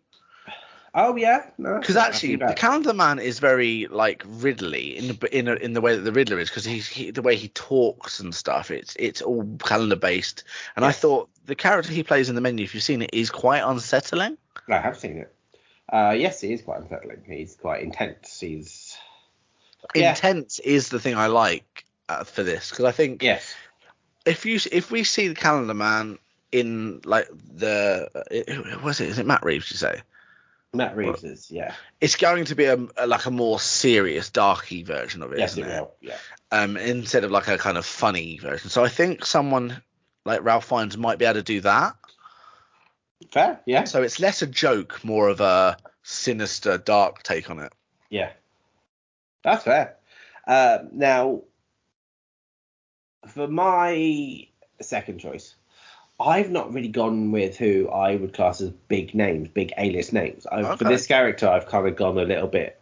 Speaker 2: Oh yeah. No.
Speaker 1: because
Speaker 2: that's
Speaker 1: actually
Speaker 2: not
Speaker 1: the
Speaker 2: too bad.
Speaker 1: Calendar Man is very like Riddly in the in, a, in the way that the Riddler is because he's he, the way he talks and stuff. It's it's all calendar based, and I
Speaker 2: Yes.
Speaker 1: thought the character he plays in the menu, if you've seen it, is quite unsettling.
Speaker 2: No, I have seen it. Uh, yes, he is quite unsettling. He's quite intense. He's Yeah.
Speaker 1: Intense is the thing I like uh, for this because I think
Speaker 2: yes.
Speaker 1: if you if we see the Calendar Man in like the it, who was it is it Matt Reeves you say
Speaker 2: Matt Reeves is yeah.
Speaker 1: it's going to be a, a- like a more serious darky version of it
Speaker 2: Yes,
Speaker 1: not
Speaker 2: it
Speaker 1: it
Speaker 2: will. Yeah.
Speaker 1: um, instead of like a kind of funny version. So I think someone like Ralph Fiennes might be able to do that.
Speaker 2: Fair. Yeah.
Speaker 1: So it's less a joke, more of a sinister, dark take on it.
Speaker 2: Yeah, that's fair. Um, now, for my second choice, I've not really gone with who I would class as big names, big A-list names. I, For
Speaker 1: Okay.
Speaker 2: this character, I've kind of gone a little bit.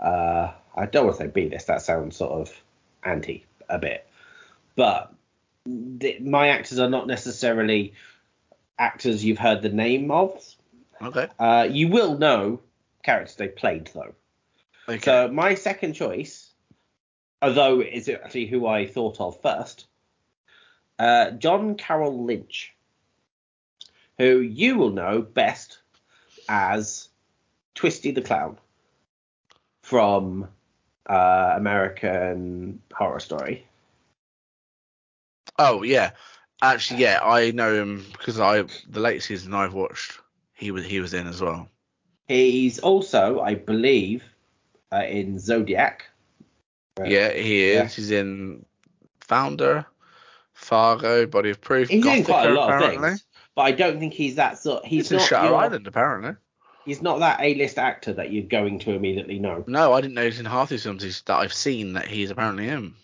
Speaker 2: Uh, I don't want to say B-list. That sounds sort of anti a bit, but th- my actors are not necessarily actors you've heard the name of.
Speaker 1: Okay.
Speaker 2: Uh, you will know characters they played though.
Speaker 1: Okay.
Speaker 2: So my second choice, although it's actually who I thought of first, uh, John Carroll Lynch, who you will know best as Twisty the Clown from uh, American Horror Story.
Speaker 1: oh yeah, actually yeah, I know him because I the late season I've watched. He was he was in as well.
Speaker 2: He's also, I believe, uh, in Zodiac. Right.
Speaker 1: Yeah, he is.
Speaker 2: Yeah.
Speaker 1: He's in Founder, Fargo, Body of Proof.
Speaker 2: He's in quite a
Speaker 1: Gothica,
Speaker 2: lot
Speaker 1: apparently.
Speaker 2: of things, but I don't think he's that sort. He's
Speaker 1: He's, in
Speaker 2: not.
Speaker 1: Shutter
Speaker 2: your-
Speaker 1: Island apparently.
Speaker 2: he's not that A-list actor that you're going to immediately know.
Speaker 1: No, I didn't know he's in half these films he's- that I've seen that he's apparently in.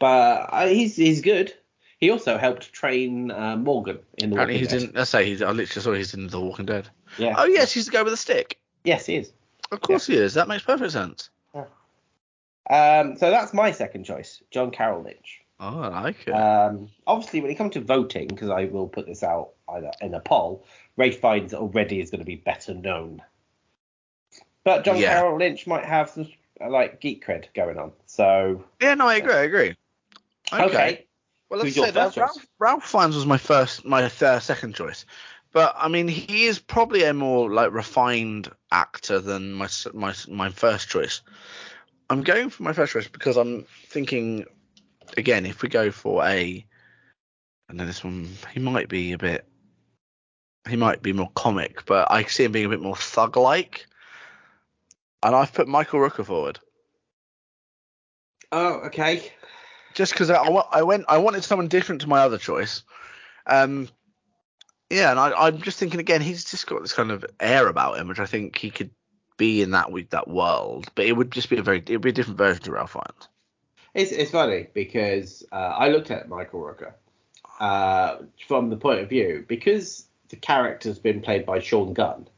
Speaker 2: But uh, he's he's good. He also helped train uh, Morgan in the
Speaker 1: Apparently
Speaker 2: Walking
Speaker 1: he's
Speaker 2: Dead.
Speaker 1: in. Let's say he's. I literally saw he's in The Walking Dead.
Speaker 2: Yeah.
Speaker 1: Oh yes, he's the guy with the stick.
Speaker 2: Yes, he is.
Speaker 1: Of course he is. That makes perfect sense.
Speaker 2: Um, so that's my second choice, John Carroll Lynch.
Speaker 1: Oh, I like it.
Speaker 2: Um, obviously, when it comes to voting, because I will put this out either in a poll, Ray Fiennes already is going to be better known. But John
Speaker 1: Yeah.
Speaker 2: Carroll Lynch might have some uh, like geek cred going on. So
Speaker 1: yeah, no, I agree. I agree.
Speaker 2: okay.
Speaker 1: Okay. Well, let's
Speaker 2: Who's your
Speaker 1: say that
Speaker 2: first choice?
Speaker 1: uh, Ralph, Ralph Fiennes was my first, my th- second choice. But I mean, he is probably a more like refined actor than my s- my s- my first choice. I'm going for my first choice because I'm thinking, again, if we go for a, I know this one, he might be a bit, he might be more comic, but I see him being a bit more thug-like. And I've put Michael Rooker forward
Speaker 2: Oh, okay.
Speaker 1: just because I, I wa- I went I wanted someone different to my other choice. Um, yeah, and I, I'm just thinking again, he's just got this kind of air about him, which I think he could be in that with that world, but it would just be a very it would be a different version to Ralph Fiennes.
Speaker 2: It's, it's funny because uh, I looked at Michael Rooker uh, from the point of view because the character's been played by Sean Gunn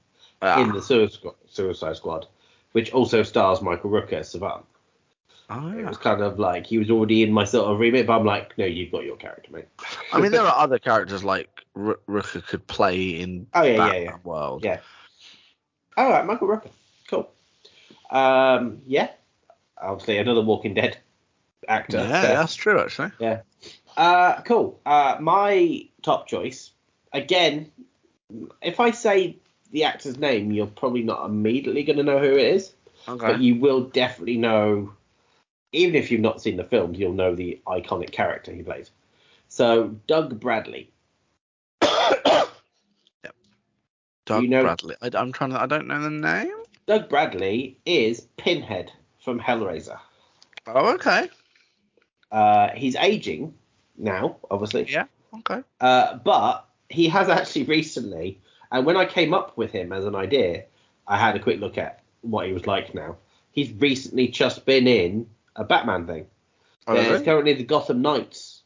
Speaker 1: Ah.
Speaker 2: in the Suicide Squad, Suicide Squad, which also stars Michael Rooker as Savant.
Speaker 1: Oh,
Speaker 2: It
Speaker 1: yeah.
Speaker 2: was kind of like he was already in my sort of remit, but I'm like, no, you've got your character, mate.
Speaker 1: I
Speaker 2: (laughs)
Speaker 1: mean, there are other characters like R- Rooker could play in
Speaker 2: Oh, yeah, yeah,
Speaker 1: Batman
Speaker 2: yeah.
Speaker 1: world.
Speaker 2: Yeah. All right, Michael Rooker. Cool. Um, yeah. Obviously, another Walking Dead actor.
Speaker 1: Yeah,
Speaker 2: So-
Speaker 1: that's true actually.
Speaker 2: Yeah. Uh, cool. Uh, my top choice. Again, if I say the actor's name, you're probably not immediately going to know who it is,
Speaker 1: Okay.
Speaker 2: but you will definitely know. Even if you've not seen the films, you'll know the iconic character he plays. So Doug Bradley.
Speaker 1: Doug
Speaker 2: you know-
Speaker 1: Bradley. I, I'm trying to. I don't know the name.
Speaker 2: Doug Bradley is Pinhead from Hellraiser.
Speaker 1: Oh, okay.
Speaker 2: Uh, he's aging now, obviously.
Speaker 1: Yeah. Okay.
Speaker 2: Uh, but he has actually recently, and when I came up with him as an idea, I had a quick look at what he was like now. He's recently just been in a Batman thing.
Speaker 1: Oh,
Speaker 2: There's
Speaker 1: really?
Speaker 2: currently the Gotham Knights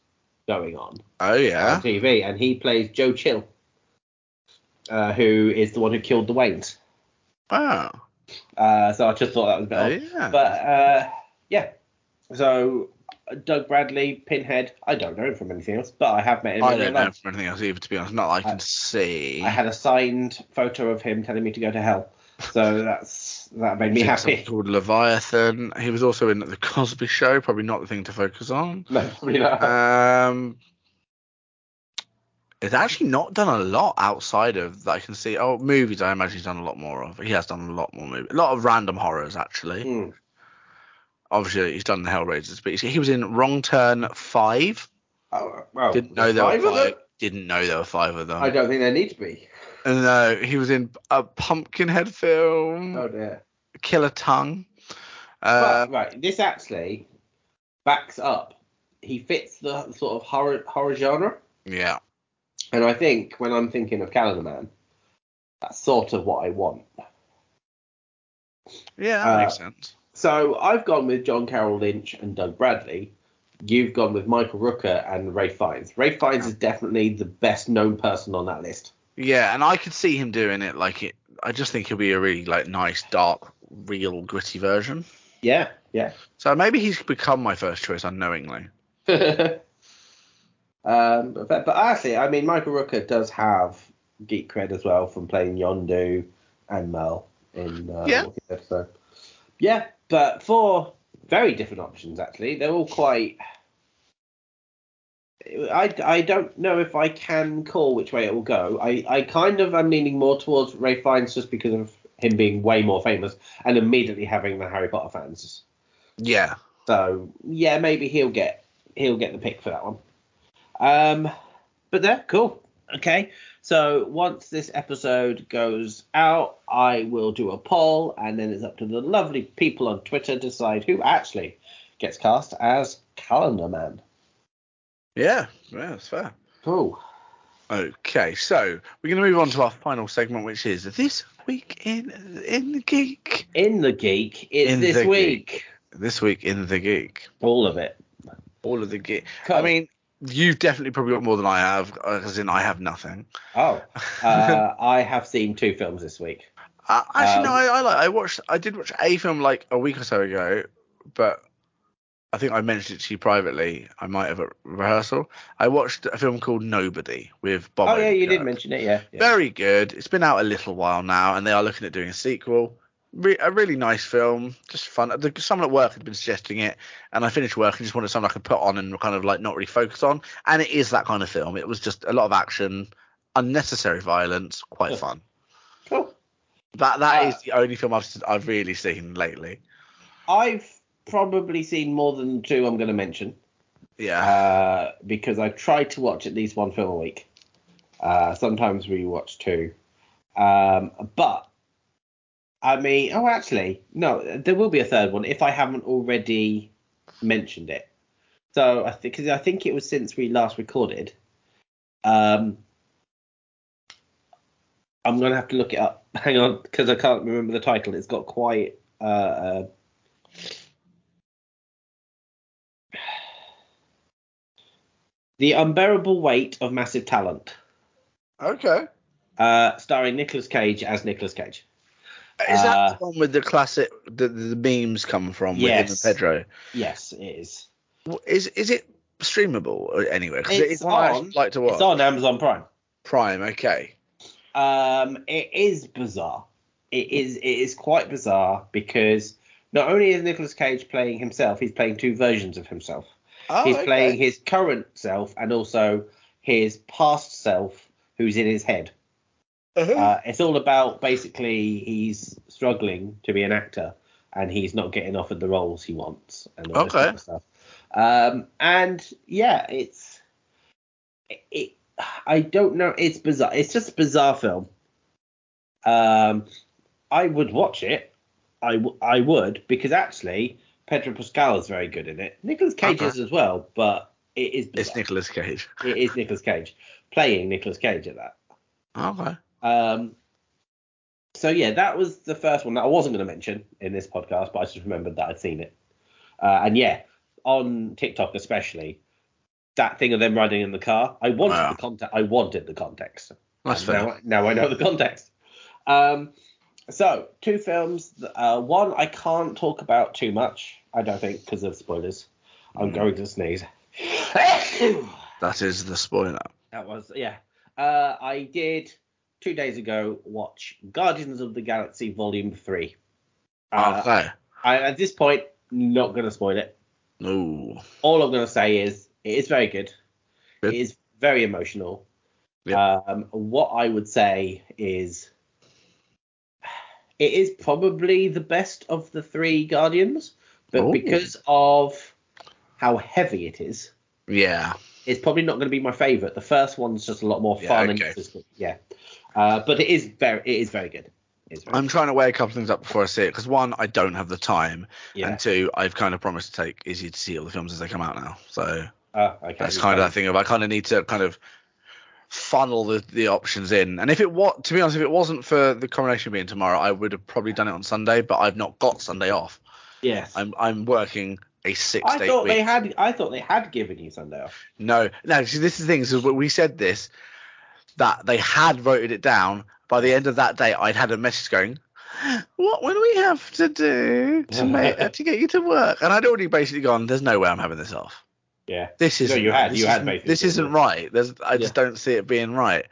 Speaker 2: going on
Speaker 1: Oh,
Speaker 2: on
Speaker 1: yeah.
Speaker 2: TV, and he plays Joe Chill, uh, who is the one who killed the Waynes.
Speaker 1: Oh.
Speaker 2: Uh, so I just thought that was a bit
Speaker 1: Oh,
Speaker 2: odd.
Speaker 1: yeah.
Speaker 2: But uh, yeah, so Doug Bradley, Pinhead, I don't know him from anything else, but I have met him.
Speaker 1: I
Speaker 2: in real
Speaker 1: don't know
Speaker 2: life.
Speaker 1: from anything else either, to be honest. Not that I can
Speaker 2: I-
Speaker 1: see.
Speaker 2: I had a signed photo of him telling me to go to hell. So that's that made me
Speaker 1: Think something
Speaker 2: happy. (laughs)
Speaker 1: called Leviathan. He was also in the Cosby Show. Probably not the thing to focus
Speaker 2: (laughs)
Speaker 1: on.
Speaker 2: No, probably not.
Speaker 1: Um, it's actually not done a lot outside of that I can see. Oh, movies. I imagine he's done a lot more of. He has done a lot more movies. A lot of random horrors actually.
Speaker 2: Hmm.
Speaker 1: Obviously, he's done the Hellraisers, but he's, he was in Wrong Turn Five.
Speaker 2: Oh, well,
Speaker 1: Didn't know there
Speaker 2: five
Speaker 1: were
Speaker 2: of
Speaker 1: five.
Speaker 2: them?
Speaker 1: Didn't know there were five of them.
Speaker 2: I don't think there need to be.
Speaker 1: no, he was in a Pumpkinhead film,
Speaker 2: Oh dear.
Speaker 1: Killer Tongue.
Speaker 2: But,
Speaker 1: Uh,
Speaker 2: right, this actually backs up. He fits the sort of horror horror genre,
Speaker 1: yeah.
Speaker 2: and I think when I'm thinking of Calendar Man, that's sort of what I want.
Speaker 1: Yeah, that
Speaker 2: Uh,
Speaker 1: makes sense.
Speaker 2: So I've gone with John Carroll Lynch and Doug Bradley. You've gone with Michael Rooker and Ray Fiennes. Ray Fiennes is definitely the best known person on that list.
Speaker 1: Yeah, and I could see him doing it like it. I just think he'll be a really like nice, dark, real, gritty version.
Speaker 2: Yeah, yeah.
Speaker 1: So maybe he's become my first choice unknowingly.
Speaker 2: (laughs) um, but, but actually, I mean, Michael Rooker does have geek cred as well from playing Yondu and Mel in uh,
Speaker 1: Yeah.
Speaker 2: Walking Dead. So, yeah, but four very different options actually. They're all quite. I, I don't know if I can call which way it will go. I, I kind of am leaning more towards Ray Fiennes just because of him being way more famous and immediately having the Harry Potter fans.
Speaker 1: Yeah.
Speaker 2: So yeah, maybe he'll get he'll get the pick for that one. Um, but there, cool. Okay, so once this episode goes out, I will do a poll, and then it's up to the lovely people on Twitter to decide who actually gets cast as Calendar Man.
Speaker 1: Yeah. Yeah, that's fair.
Speaker 2: Cool.
Speaker 1: Okay, so we're going to move on to our final segment, which is this week in in the geek.
Speaker 2: In the geek is
Speaker 1: In
Speaker 2: this
Speaker 1: the
Speaker 2: week.
Speaker 1: This week in the geek.
Speaker 2: All of it.
Speaker 1: All of the geek.
Speaker 2: Cool.
Speaker 1: I mean, you've definitely probably got more than I have, uh, as in I have nothing. (laughs)
Speaker 2: Oh, uh, I have seen two films this week.
Speaker 1: Uh, actually,
Speaker 2: Um,
Speaker 1: no. I, I like. I watched. I did watch a film like a week or so ago, but I think I mentioned it to you privately. I might have at rehearsal. I watched a film called Nobody with Bob.
Speaker 2: oh yeah, you
Speaker 1: Odenkirk.
Speaker 2: did mention it. Yeah. yeah.
Speaker 1: Very good. It's been out a little while now, and they are looking at doing a sequel. re- a really nice film, just fun. The- Someone at work had been suggesting it, and I finished work and just wanted something I could put on and kind of like not really focus on. And it is that kind of film. It was just a lot of action, unnecessary violence, quite
Speaker 2: Cool.
Speaker 1: fun.
Speaker 2: Cool.
Speaker 1: That that
Speaker 2: Uh,
Speaker 1: is the only film I've s- I've really seen lately.
Speaker 2: I've probably seen more than two I'm going to mention
Speaker 1: Yeah,
Speaker 2: uh, because I try to watch at least one film a week. Uh, sometimes we watch two. Um, but, I mean, oh, actually, no, there will be a third one if I haven't already mentioned it. So, I think, cause I think it was since we last recorded. Um, I'm going to have to look it up. (laughs) Hang on, because I can't remember the title. It's got quite. Uh, uh, The Unbearable Weight of Massive Talent,
Speaker 1: okay.
Speaker 2: uh, starring Nicolas Cage as Nicolas Cage.
Speaker 1: Is that
Speaker 2: uh,
Speaker 1: the one with the classic the the memes come from with
Speaker 2: Yes.
Speaker 1: him and Pedro?
Speaker 2: Yes, it is.
Speaker 1: W- Is is it streamable uh, anyway? Because
Speaker 2: It's
Speaker 1: it's one I
Speaker 2: on.
Speaker 1: actually like to watch.
Speaker 2: It's on uh, Amazon Prime.
Speaker 1: Prime, okay.
Speaker 2: Um, it is bizarre. It is. It is quite bizarre because not only is Nicolas Cage playing himself, he's playing two versions of himself.
Speaker 1: Oh,
Speaker 2: he's
Speaker 1: okay.
Speaker 2: playing his current self and also his past self, who's in his head.
Speaker 1: Uh-huh.
Speaker 2: Uh, it's all about basically he's struggling to be an actor and he's not getting offered the roles he wants and all this
Speaker 1: Okay.
Speaker 2: kind of stuff. Um, and yeah, it's it. I don't know. It's bizarre. It's just a bizarre film. Um, I would watch it. I, w- I would because actually Pedro Pascal is very good in it. Nicolas Cage
Speaker 1: Okay.
Speaker 2: is as well, but it is
Speaker 1: it's
Speaker 2: bizarre.
Speaker 1: Nicolas Cage.
Speaker 2: it is Nicolas Cage playing Nicolas Cage at that.
Speaker 1: Oh, Okay.
Speaker 2: Um, so yeah, that was the first one that I wasn't going to mention in this podcast, but I just remembered that I'd seen it. Uh, and yeah, on TikTok especially, that thing of them riding in the car, I wanted
Speaker 1: Wow.
Speaker 2: the context. I wanted the context.
Speaker 1: That's
Speaker 2: And
Speaker 1: fair.
Speaker 2: Now, now I know the context. Um, so two films. Uh, one I can't talk about too much. I don't think because of spoilers. I'm
Speaker 1: Mm.
Speaker 2: going to sneeze. (laughs)
Speaker 1: That is the spoiler.
Speaker 2: That was yeah. Uh, I did two days ago watch Guardians of the Galaxy Volume Three. Uh,
Speaker 1: Oh, okay.
Speaker 2: I, at this point, not gonna spoil it.
Speaker 1: No.
Speaker 2: All I'm gonna say is it is very good.
Speaker 1: Good.
Speaker 2: It is very emotional.
Speaker 1: Yeah.
Speaker 2: Um, what I would say is it is probably the best of the three Guardians, but
Speaker 1: Ooh.
Speaker 2: because of how heavy it is,
Speaker 1: Yeah.
Speaker 2: it's probably not going to be my favorite. The first one's just a lot more
Speaker 1: Yeah,
Speaker 2: fun and
Speaker 1: okay.
Speaker 2: consistent. Yeah, uh, but it is very, it is very good. It is very
Speaker 1: I'm trying to weigh a couple things up before I see it because one, I don't have the time,
Speaker 2: good. yeah.
Speaker 1: and two, I've kind of promised to take Izzy to see all the films as they come out now. So
Speaker 2: Ah, okay.
Speaker 1: that's
Speaker 2: You've
Speaker 1: kind of
Speaker 2: got
Speaker 1: that thing of I kind of need to kind of funnel the, the options in. And if it what to be honest, if it wasn't for the coronation being tomorrow, I would have probably done it on Sunday. But I've not got Sunday off.
Speaker 2: it. Yes.
Speaker 1: I'm I'm working a six
Speaker 2: I
Speaker 1: day
Speaker 2: thought
Speaker 1: week.
Speaker 2: they had. I thought they had given you Sunday off.
Speaker 1: No, no. See, this is the thing. So when we said this that they had voted it down. By the end of that day, I'd had a message going, "What will we have to do to make
Speaker 2: (laughs)
Speaker 1: uh, to get you to work?" And I'd already basically gone, "There's no way I'm having this off.
Speaker 2: Yeah.
Speaker 1: This
Speaker 2: No,
Speaker 1: is
Speaker 2: you had-
Speaker 1: This
Speaker 2: you had
Speaker 1: isn't-
Speaker 2: basically
Speaker 1: This
Speaker 2: said
Speaker 1: isn't
Speaker 2: that.
Speaker 1: right. There's I just don't see it being right."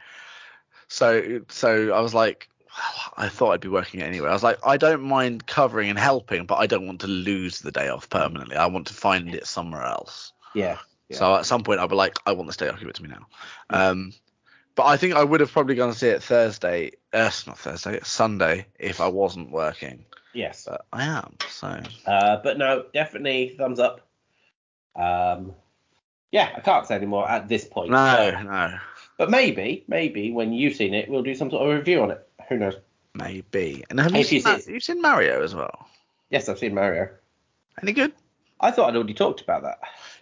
Speaker 1: So so I was like. "Well, I thought I'd be working it anyway. I was like, I don't mind covering and helping, but I don't want to lose the day off permanently. I want to find it somewhere else.
Speaker 2: Yeah. Yeah.
Speaker 1: So at some point I'll be like, I want this day off, give it to me now. Um, but I think I would have probably gone to see it Thursday, uh, not Thursday, Sunday, if I wasn't working.
Speaker 2: Yes.
Speaker 1: But I am, so
Speaker 2: Uh, but no, definitely thumbs up. Um, yeah, I can't say any more at this point.
Speaker 1: no, no,
Speaker 2: But maybe, maybe when you've seen it, we'll do some sort of review on it. Who knows?
Speaker 1: maybe. And have you
Speaker 2: If you
Speaker 1: seen, Ma-
Speaker 2: see-
Speaker 1: you've seen Mario as well?
Speaker 2: Yes, I've seen Mario.
Speaker 1: Any good?
Speaker 2: I thought I'd already talked about that.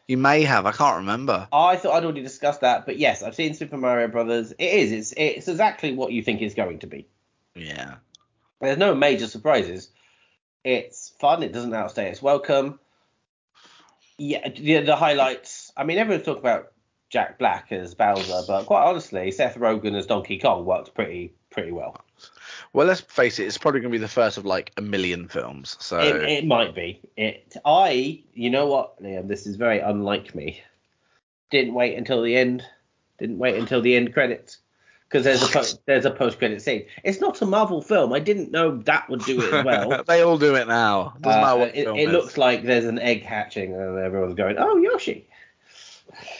Speaker 1: You may have. I can't remember.
Speaker 2: I thought I'd already discussed that, but yes, I've seen Super Mario Brothers. It is. It's it's exactly what you think it's going to be.
Speaker 1: Yeah.
Speaker 2: There's no major surprises. It's fun. It doesn't outstay its welcome. Yeah, the, the highlights. I mean, everyone's talking about Jack Black as Bowser, but quite honestly, Seth Rogen as Donkey Kong worked pretty pretty well.
Speaker 1: Well, let's face it. It's probably going to be the first of like a million films. So
Speaker 2: It, it might be. It. I. You know what, Liam? This is very unlike me. Didn't wait until the end. Didn't wait until the end credits because there's
Speaker 1: What?
Speaker 2: a po- there's a post credit scene. It's not a Marvel film. I didn't know that would do
Speaker 1: (laughs)
Speaker 2: it as well.
Speaker 1: they all do it now. Doesn't
Speaker 2: Uh,
Speaker 1: matter what
Speaker 2: it,
Speaker 1: film
Speaker 2: it
Speaker 1: is.
Speaker 2: looks like there's an egg hatching and everyone's going, "Oh, Yoshi."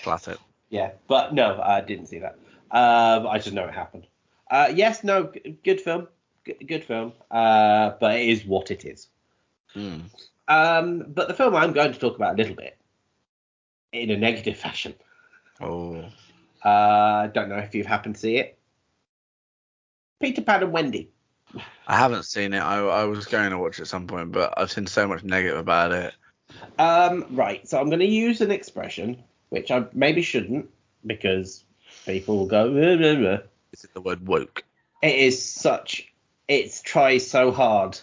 Speaker 1: classic.
Speaker 2: Yeah, but no, I didn't see that. Um, I just know it happened. Uh, yes, no, g- good film, g- good film. Uh, but it is what it is. Hmm.
Speaker 1: Mm.
Speaker 2: Um, but the film I'm going to talk about a little bit in a negative fashion.
Speaker 1: Oh,
Speaker 2: Uh, don't know if you've happened to see it. Peter Pan and Wendy.
Speaker 1: I haven't seen it. I, I was going to watch it at some point, but I've seen so much negative about it.
Speaker 2: Um, right, so I'm going to use an expression which I maybe shouldn't because people will go. "Bleh, bleh, bleh."
Speaker 1: Is it the word woke?
Speaker 2: It is such. It tries so hard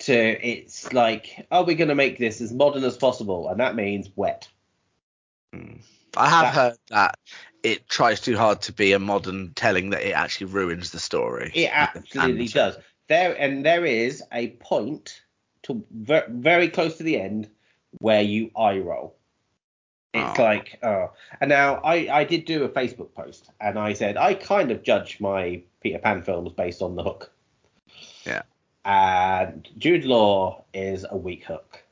Speaker 2: to. It's like, are we going to make this as modern as possible? And that means wet.
Speaker 1: I have
Speaker 2: That-
Speaker 1: heard that it tries too hard to be a modern telling that it actually ruins the story.
Speaker 2: It absolutely
Speaker 1: And-
Speaker 2: does. There and there is a point to ver- very close to the end where you eye roll. It's
Speaker 1: Oh.
Speaker 2: like, oh. And now I I did do a Facebook post and I said I kind of judge my Peter Pan films based on the hook.
Speaker 1: Yeah.
Speaker 2: And Jude Law is a weak hook.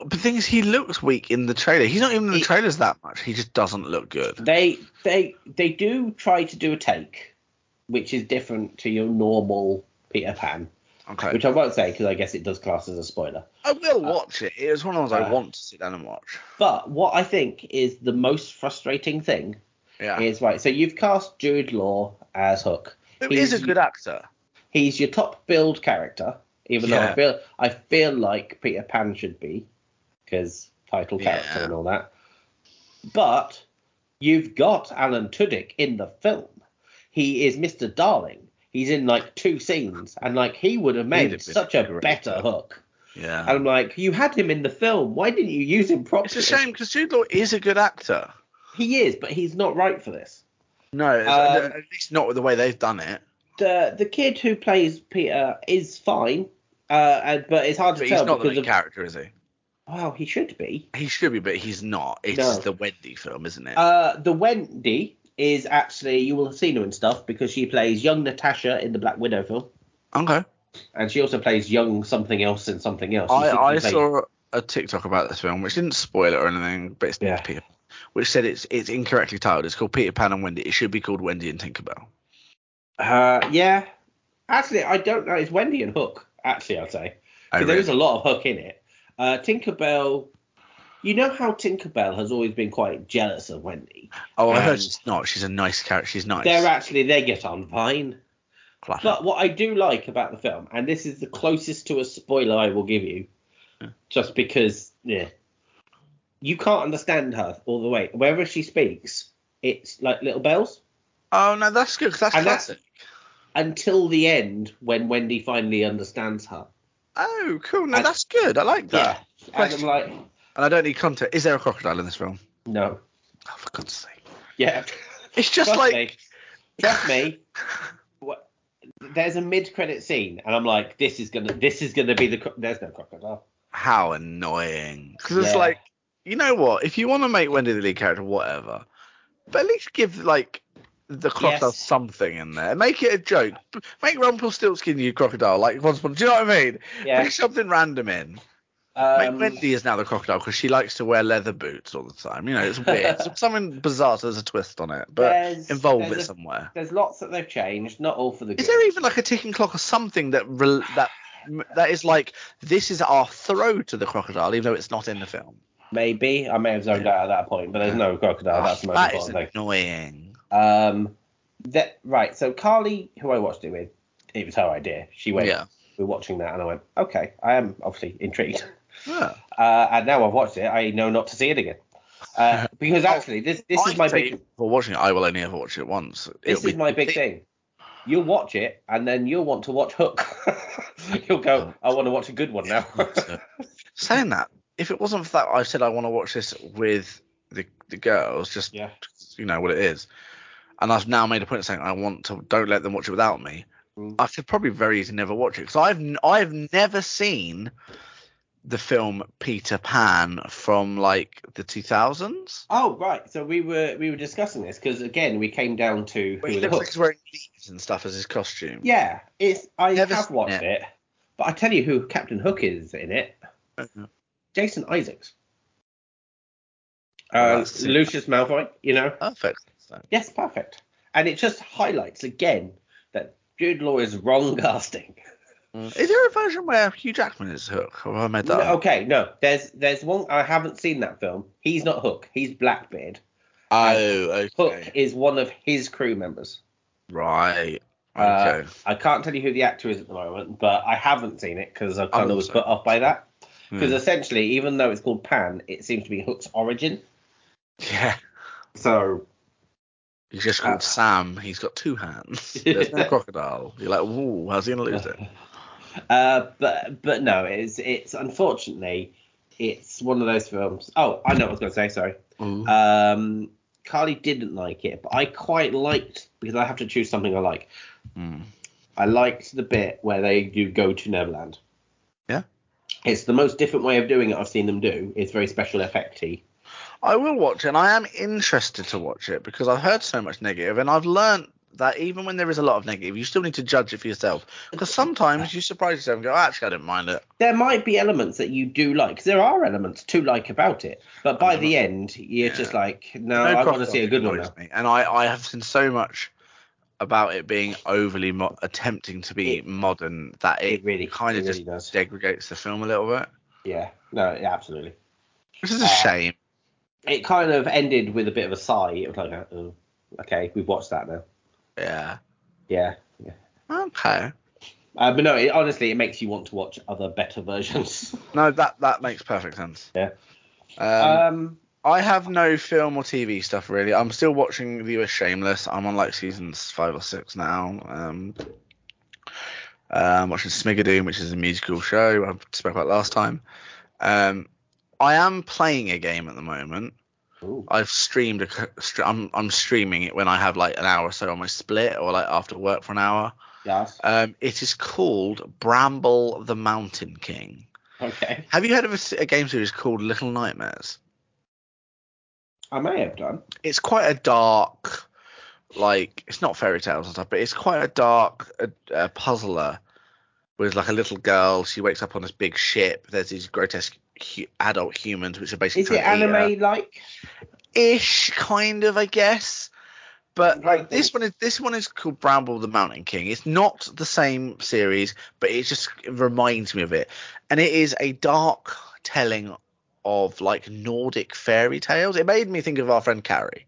Speaker 1: But the thing is, he looks weak in the trailer. He's not even in the
Speaker 2: He-
Speaker 1: trailers that much. He just doesn't look good.
Speaker 2: They they they do try to do a take, which is different to your normal Peter Pan,
Speaker 1: Okay.
Speaker 2: which I won't say because I guess it does class as a spoiler.
Speaker 1: I will watch it. It was one of those I
Speaker 2: uh,
Speaker 1: want to sit down and watch.
Speaker 2: But what I think is the most frustrating thing
Speaker 1: Yeah.
Speaker 2: is right. So you've cast Jude Law as Hook.
Speaker 1: Who is a
Speaker 2: he's-
Speaker 1: good actor?
Speaker 2: He's your top build character, even though
Speaker 1: Yeah.
Speaker 2: I feel I feel like Peter Pan should be, because title character
Speaker 1: Yeah.
Speaker 2: and all that. But you've got Alan Tudyk in the film. He is Mr. Darling. He's in like two scenes, and like he would have
Speaker 1: been
Speaker 2: made such a
Speaker 1: great,
Speaker 2: better
Speaker 1: though.
Speaker 2: Hook.
Speaker 1: Yeah.
Speaker 2: And I'm like, you had him in the film. Why didn't you use him properly?
Speaker 1: It's a shame because Jude Law is a good actor.
Speaker 2: He is, but he's not right for this.
Speaker 1: No, it's-
Speaker 2: Um,
Speaker 1: at least not with the way they've done it.
Speaker 2: the the kid who plays Peter is fine, uh, and, but it's hard to
Speaker 1: But he's
Speaker 2: tell
Speaker 1: not the
Speaker 2: because
Speaker 1: main
Speaker 2: of
Speaker 1: character, is he?
Speaker 2: well, he should be.
Speaker 1: He should be, but he's not. It's
Speaker 2: No.
Speaker 1: the Wendy film, isn't it?
Speaker 2: Uh, the Wendy is actually you will have seen her and stuff because she plays young Natasha in the Black Widow film,
Speaker 1: okay.
Speaker 2: and she also plays young something else in something else.
Speaker 1: I,
Speaker 2: She
Speaker 1: I
Speaker 2: plays-
Speaker 1: saw a TikTok about this film, which didn't spoil it or anything, but it's
Speaker 2: Yeah.
Speaker 1: Peter, which said it's it's incorrectly titled. It's called Peter Pan and Wendy. It should be called Wendy and Tinkerbell.
Speaker 2: Uh, yeah, actually, I don't know. It's Wendy and Hook. Actually, I'd say
Speaker 1: I
Speaker 2: 'Cause there is
Speaker 1: really-
Speaker 2: a lot of Hook in it. Uh, Tinkerbell. You know how Tinkerbell has always been quite jealous of Wendy.
Speaker 1: oh, I heard
Speaker 2: and-
Speaker 1: she's not. She's a nice character. She's nice.
Speaker 2: They're actually they get on fine.
Speaker 1: Classic.
Speaker 2: But what I do like about the film, and this is the closest to a spoiler I will give you, just because, yeah, you can't understand her all the way. Wherever she speaks, it's like little bells
Speaker 1: oh no, that's good 'cause that's
Speaker 2: And that's-
Speaker 1: classic.
Speaker 2: until the end when Wendy finally understands her.
Speaker 1: Oh, cool. No,
Speaker 2: and-
Speaker 1: that's good. I like that.
Speaker 2: Yeah. And I'm like,
Speaker 1: And I don't need content. Is there a crocodile in this film?
Speaker 2: no.
Speaker 1: Oh, for God's sake.
Speaker 2: Yeah.
Speaker 1: It's just
Speaker 2: Trust
Speaker 1: like
Speaker 2: me. Trust me. What- There's a mid-credit scene, and I'm like, this is gonna, this is gonna be the. Cro- There's no crocodile.
Speaker 1: how annoying. Because it's
Speaker 2: Yeah.
Speaker 1: like, you know what? If you want to make Wendy the lead character, whatever, but at least give like the crocodile
Speaker 2: Yes.
Speaker 1: something in there. Make it a joke. B- Make Rumpelstiltskin you crocodile like once upon. Do you know what I mean?
Speaker 2: Yeah.
Speaker 1: Make something random in.
Speaker 2: Um,
Speaker 1: Make Wendy is now the crocodile because she likes to wear leather boots all the time. You know, it's
Speaker 2: (laughs)
Speaker 1: weird. Some- Something bizarre. So there's a twist on it, but
Speaker 2: there's-
Speaker 1: involve
Speaker 2: there's
Speaker 1: it
Speaker 2: a-
Speaker 1: somewhere.
Speaker 2: There's lots that they've changed, not all for the good.
Speaker 1: Is there even like a ticking clock or something that rel that that is like this is our throw to the crocodile, even though it's not in the film?
Speaker 2: Maybe I may have zoned out at that point, but there's no crocodile. That's the most
Speaker 1: That is
Speaker 2: important thing.
Speaker 1: annoying.
Speaker 2: Um, that right. So Carly, who I watched it with, it was her idea. She went,
Speaker 1: Yeah.
Speaker 2: "We're watching that," and I went, "Okay." I am obviously intrigued,
Speaker 1: Yeah.
Speaker 2: uh, and now I've watched it. I know not to see it again
Speaker 1: (laughs)
Speaker 2: uh, because actually, this this
Speaker 1: I
Speaker 2: is my
Speaker 1: say
Speaker 2: big
Speaker 1: For watching it, I will only ever watch it once.
Speaker 2: this
Speaker 1: It'll
Speaker 2: is
Speaker 1: be-
Speaker 2: my big thing. You'll watch it, and then you'll want to watch Hook. (laughs) you'll go, "I want to watch a good
Speaker 1: (laughs)
Speaker 2: one now."
Speaker 1: Saying that, if it wasn't for that, I said I want to watch this with the the girls, just
Speaker 2: (laughs) yeah.
Speaker 1: you know what it is. And I've now made a point of saying I want to don't let them watch it without me.
Speaker 2: Mm.
Speaker 1: I could probably very easily never watch it because I've n- I've never seen the film Peter Pan from like the 2000s.
Speaker 2: Oh right, so we were we were discussing this because again we came down to
Speaker 1: Where he
Speaker 2: who the
Speaker 1: looks like
Speaker 2: hook.
Speaker 1: he's wearing leaves and stuff as his costume.
Speaker 2: Yeah, it's I
Speaker 1: Never
Speaker 2: have
Speaker 1: seen
Speaker 2: watched it. but I tell you who Captain Hook is in it:
Speaker 1: Oh, Yeah.
Speaker 2: Jason Isaacs,
Speaker 1: Well,
Speaker 2: uh,
Speaker 1: Oh, that's-
Speaker 2: Lucius Malfoy. You know,
Speaker 1: Perfect. So,
Speaker 2: yes, perfect. And it just highlights again that Jude Law is wrong (laughs) casting.
Speaker 1: mm. Is there a version where Hugh Jackman is Hook? Have I made that?
Speaker 2: No,
Speaker 1: up?
Speaker 2: okay, no, there's there's one I haven't seen that film. He's not Hook. He's Blackbeard.
Speaker 1: Oh,
Speaker 2: Hook
Speaker 1: okay.
Speaker 2: is one of his crew members.
Speaker 1: Right.
Speaker 2: Uh,
Speaker 1: Okay.
Speaker 2: I can't tell you who the actor is at the moment, but I haven't seen it because I kind
Speaker 1: I'm
Speaker 2: of was
Speaker 1: also-
Speaker 2: put off by that. Because
Speaker 1: Hmm.
Speaker 2: essentially, even though it's called Pan, it seems to be Hook's origin.
Speaker 1: yeah.
Speaker 2: So
Speaker 1: He's just called
Speaker 2: Uh,
Speaker 1: Sam. He's got two
Speaker 2: (laughs)
Speaker 1: hands. There's no crocodile. You're like, whoa, how's he gonna lose it?
Speaker 2: Uh, but but no, it's it's unfortunately it's one of those films. Oh, I know what I was going to say. Sorry.
Speaker 1: Ooh.
Speaker 2: Um, Carly didn't like it, but I quite liked because I have to choose something I like.
Speaker 1: Hmm.
Speaker 2: I liked the bit where they do go to Neverland.
Speaker 1: Yeah.
Speaker 2: It's the most different way of doing it I've seen them do. It's very special effecty.
Speaker 1: I will watch it, and I am interested to watch it because I've heard so much negative, and I've learned that even when there is a lot of negative, you still need to judge it for yourself because sometimes you surprise yourself and go, actually, I didn't mind it.
Speaker 2: There might be elements that you do like. 'cause There are elements to like about it, but by the end, you're
Speaker 1: Mm-hmm. Yeah.
Speaker 2: just like, no,
Speaker 1: No
Speaker 2: I want to
Speaker 1: crocodile
Speaker 2: see a good one
Speaker 1: annoys
Speaker 2: now.
Speaker 1: me, And I, I have seen so much about it being overly mo- attempting to be
Speaker 2: It-
Speaker 1: modern that it,
Speaker 2: It really,
Speaker 1: kind
Speaker 2: it
Speaker 1: of
Speaker 2: really
Speaker 1: just
Speaker 2: does.
Speaker 1: degrades the film a little bit,
Speaker 2: Yeah, no, yeah, absolutely.
Speaker 1: which is a
Speaker 2: Uh,
Speaker 1: shame.
Speaker 2: It kind of ended with a bit of a sigh. It was like, oh, okay, we've watched that now.
Speaker 1: Yeah.
Speaker 2: Yeah, yeah.
Speaker 1: Okay.
Speaker 2: Uh, but no, it, honestly, it makes you want to watch other better (laughs) versions.
Speaker 1: No, that that makes perfect sense.
Speaker 2: Yeah.
Speaker 1: Um,
Speaker 2: um,
Speaker 1: I have no film or TV stuff really. I'm still watching The US Shameless. I'm on like seasons five or six now. Um, uh, I'm watching Smigadoon, which is a musical show I spoke about last time. Um, I am playing a game at the moment.
Speaker 2: ooh,
Speaker 1: I've streamed a c- str- I'm I'm streaming it when I have like an hour or so on my split or like after work for an hour.
Speaker 2: yes,
Speaker 1: Um, it is called Bramble the Mountain King.
Speaker 2: okay.
Speaker 1: Have you heard of a s a a game series called Little Nightmares?
Speaker 2: I may have done.
Speaker 1: it's quite a dark like it's not fairy tales and stuff but it's quite a dark uh, uh, puzzler with like a little girl she wakes up on this big ship there's these grotesque hu- adult humans which are basically
Speaker 2: Is it
Speaker 1: trying to eat her.
Speaker 2: anime like?
Speaker 1: ish kind of i guess but uh,
Speaker 2: Right,
Speaker 1: like this
Speaker 2: cool.
Speaker 1: one is this one is called bramble the mountain king it's not the same series but it just reminds me of it and it is a dark telling of like nordic fairy tales it made me think of our friend carrie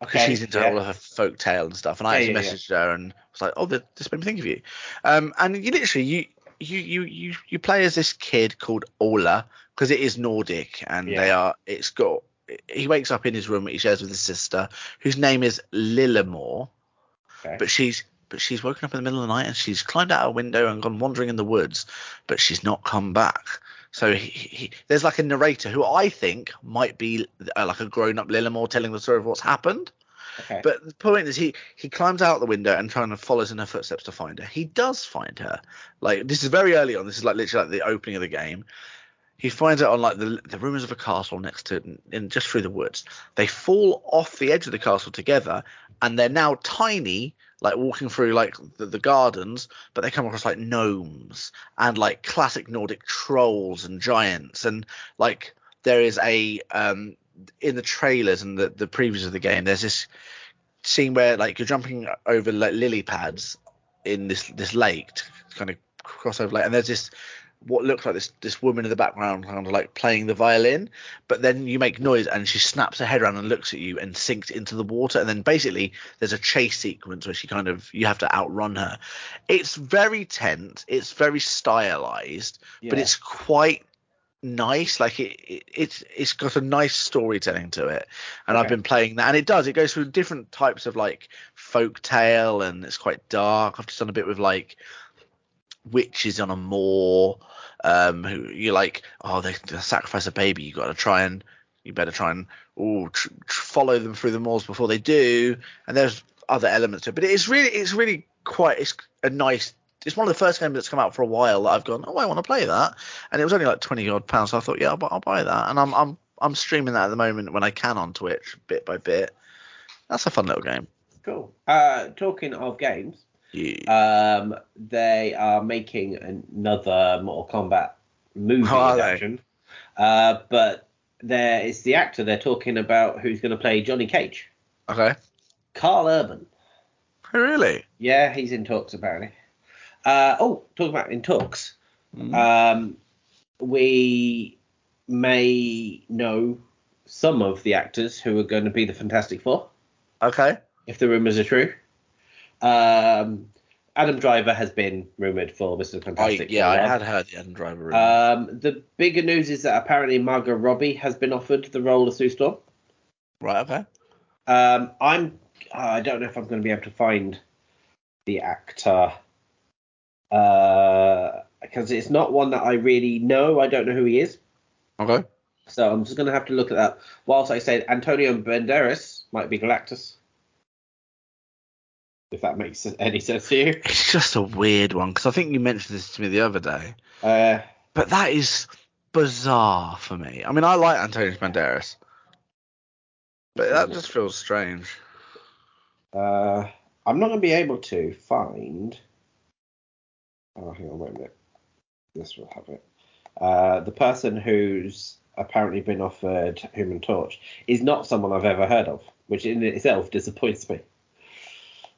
Speaker 1: because
Speaker 2: Okay,
Speaker 1: she's into
Speaker 2: yeah.
Speaker 1: all of her folk tale and stuff. And I
Speaker 2: Yeah,
Speaker 1: actually
Speaker 2: yeah, yeah.
Speaker 1: messaged her and was like, "Oh, th- this made me think of you." Um, and you literally you you you you you play as this kid called Ola because it is Nordic and they
Speaker 2: Yeah.
Speaker 1: are. It's got. He wakes up in his room. that He shares with his sister, whose name is Lillimore,
Speaker 2: Okay.
Speaker 1: but she's but she's woken up in the middle of the night and she's climbed out her window and gone wandering in the woods, but she's not come back. So he, he, there's like a narrator who I think might be uh, like a grown-up Lillimore telling the story of what's happened.
Speaker 2: okay.
Speaker 1: But the point is, he he climbs out the window and trying to follows in her footsteps to find her. He does find her. Like this is very early on. This is like literally like the opening of the game. He finds out on like the the ruins of a castle next to in just through the woods. They fall off the edge of the castle together, and they're now tiny, like walking through like the, the gardens. But they come across like gnomes and like classic Nordic trolls and giants and like there is a um in the trailers and the the previews of the game. There's this scene where like you're jumping over like lily pads in this this lake to kind of cross over like and there's this what looks like this this woman in the background kind of like playing the violin but then you make noise and she snaps her head around and looks at you and sinks into the water and then basically there's a chase sequence where she kind of you have to outrun her it's very tense it's very stylized but
Speaker 2: Yeah.
Speaker 1: it's quite nice like it, it it's it's got a nice storytelling to it and i've
Speaker 2: Okay.
Speaker 1: been playing that and it does it goes through different types of like folk tale and it's quite dark i've just done a bit with like witches on a moor um who you're like oh they, they sacrifice a baby you gotta try and you better try and oh tr- tr- follow them through the moors before they do and there's other elements to it but it's really it's really quite it's a nice it's one of the first games that's come out for a while that I've gone, oh, I want to play that, and it was only like twenty odd pounds. So I thought, yeah, I'll, bu- I'll buy that, and I'm I'm I'm streaming that at the moment when I can on Twitch, bit by bit. That's a fun little game.
Speaker 2: Cool. Uh, talking of games,
Speaker 1: Yeah.
Speaker 2: um, they are making another Mortal Kombat movie
Speaker 1: Oh, are they?
Speaker 2: adaptation, uh, but there is the actor they're talking about who's going to play Johnny Cage,
Speaker 1: Okay.
Speaker 2: Carl Urban.
Speaker 1: Oh, Really?
Speaker 2: Yeah, he's in talks apparently. Uh, oh, talking about in talks,
Speaker 1: Mm.
Speaker 2: um, we may know some of the actors who are going to be the Fantastic Four.
Speaker 1: Okay.
Speaker 2: if the rumors are true. Um, Adam Driver has been rumored for Mr.
Speaker 1: I,
Speaker 2: Fantastic.
Speaker 1: Oh, yeah, I
Speaker 2: for a
Speaker 1: had heard the Adam Driver rumor.
Speaker 2: while. Um, the bigger news is that apparently Margot Robbie has been offered the role of Sue Storm.
Speaker 1: right. Okay.
Speaker 2: Um, I'm. I don't know if I'm going to be able to find the actor because it's not one that I really know. I don't know who he is,
Speaker 1: Okay.
Speaker 2: so I'm just going to have to look at that. Whilst I say Antonio Banderas might be Galactus, if that makes any sense to you.
Speaker 1: It's just a weird one because I think you mentioned this to me the other day,
Speaker 2: Uh,
Speaker 1: but that is bizarre for me. I mean, I like Antonio Banderas, but that just feels strange.
Speaker 2: uh, I'm not going to be able to find. Oh, hang on, wait a minute. This will have it. Uh, the person who's apparently been offered Human Torch is not someone I've ever heard of, which in itself disappoints me.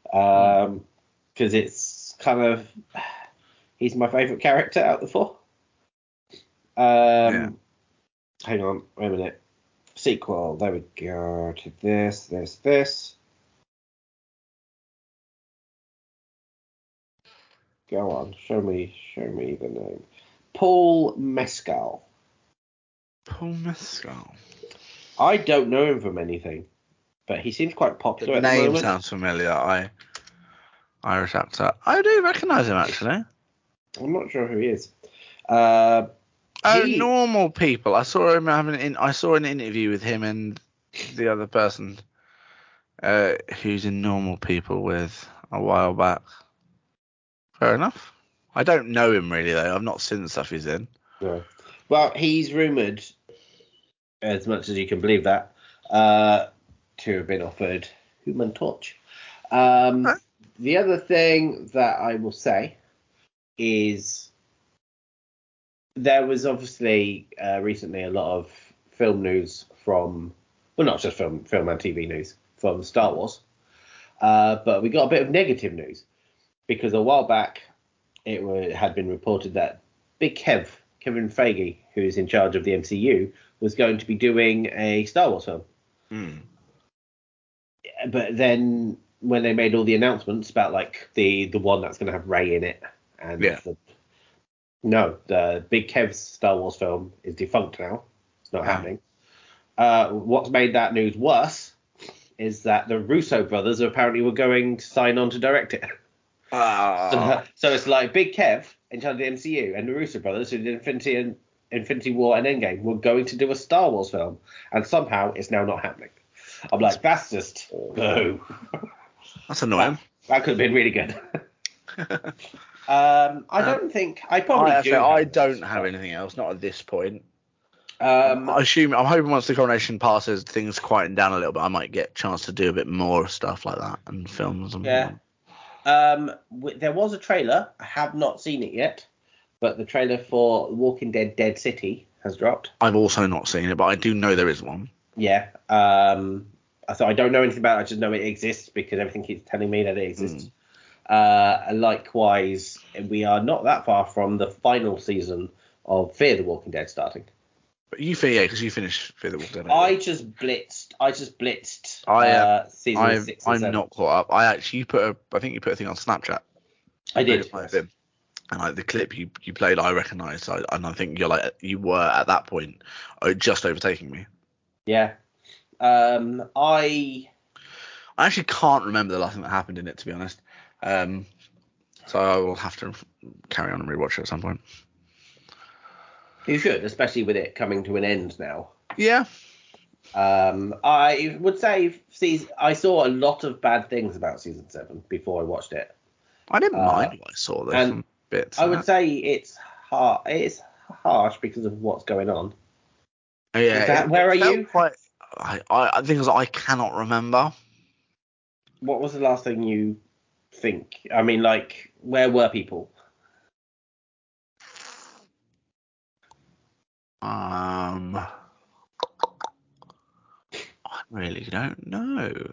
Speaker 2: Because it's kind of. He's my favourite character out of the four. Um,
Speaker 1: Yeah.
Speaker 2: Hang on, wait a minute. Sequel, there we go. To this, this, this. Go on, show me, show me the name. Paul Mescal.
Speaker 1: Paul Mescal.
Speaker 2: I don't know him from anything, but he seems quite popular
Speaker 1: The
Speaker 2: at the
Speaker 1: name
Speaker 2: moment.
Speaker 1: sounds familiar. I Irish actor. I do recognise him actually.
Speaker 2: I'm not sure who he is. Uh,
Speaker 1: Oh,
Speaker 2: He-
Speaker 1: normal people. I saw him having in. I saw an interview with him and the other person uh, who's in Normal People with a while back. Fair enough. I don't know him really though. I've not seen the stuff he's in.
Speaker 2: no. Well, he's rumoured, as much as you can believe that, uh, to have been offered Human Torch. Um,
Speaker 1: Huh.
Speaker 2: The other thing that I will say is there was obviously uh, recently a lot of film news from, well, not just film, film and TV news from Star Wars, uh, but we got a bit of negative news because a while back it wa had been reported that Big Kev, Kevin Feige, who's in charge of the MCU, was going to be doing a Star Wars film
Speaker 1: Hmm.
Speaker 2: but then when they made all the announcements about like the the one that's going to have Ray in it and
Speaker 1: Yeah.
Speaker 2: the, no the big Kev's Star Wars film is defunct now it's not
Speaker 1: Ah.
Speaker 2: happening uh, what's made that news worse is that the Russo brothers apparently were going to sign on to direct it (laughs)
Speaker 1: Ah.
Speaker 2: so it's like big Kev in charge of the MCU and the Russo brothers who did Infinity and Infinity War and Endgame were going to do a Star Wars film and somehow it's now not happening I'm like that's just boo
Speaker 1: That's annoying.
Speaker 2: that could have been
Speaker 1: (laughs)
Speaker 2: really good. um, I don't think I probably
Speaker 1: Uh, I,
Speaker 2: do.
Speaker 1: actually- I
Speaker 2: have
Speaker 1: don't have anything else. Not at this point.
Speaker 2: Um,
Speaker 1: I assume I'm hoping once the coronation passes, things quieten down a little bit. I might get a chance to do a bit more stuff like that and films. And
Speaker 2: yeah. Um, w- there was a trailer. I have not seen it yet, but the trailer for Walking Dead: Dead City has dropped.
Speaker 1: I've also not seen it, but I do know there is one.
Speaker 2: Yeah. Um, I- so I don't know anything about it. I just know it exists because everything keeps telling me that it exists.
Speaker 1: Hmm.
Speaker 2: Uh, and likewise, we are not that far from the final season of Fear the Walking Dead starting.
Speaker 1: But you think, yeah, because you finished Fear the Walking Dead.
Speaker 2: I just blitzed. I just blitzed.
Speaker 1: I, uh,
Speaker 2: uh, season
Speaker 1: I'm,
Speaker 2: six. And
Speaker 1: I'm
Speaker 2: seven.
Speaker 1: not caught up. I actually you put a, I think you put a thing on Snapchat.
Speaker 2: I did.
Speaker 1: It might have been. And like the clip you, you played, I recognised. I, and I think you're like you were at that point uh, just overtaking me.
Speaker 2: Yeah. Um, I
Speaker 1: I actually can't remember the last thing that happened in it to be honest. Um, so I will have to carry on and rewatch it at some point.
Speaker 2: you should, especially with it coming to an end now.
Speaker 1: Yeah.
Speaker 2: Um, I would say season, I saw a lot of bad things about season seven before I watched it.
Speaker 1: I didn't
Speaker 2: Uh,
Speaker 1: mind what I saw though.
Speaker 2: and
Speaker 1: from bits.
Speaker 2: I
Speaker 1: and
Speaker 2: would
Speaker 1: that.
Speaker 2: say it's har- it's harsh because of what's going on.
Speaker 1: Oh, yeah,
Speaker 2: is that-
Speaker 1: it-
Speaker 2: where
Speaker 1: it
Speaker 2: are
Speaker 1: felt
Speaker 2: you?
Speaker 1: Quite, I, I, I think it was I cannot remember.
Speaker 2: What was the last thing you think? I mean, like, where were people?
Speaker 1: Um, I really don't know.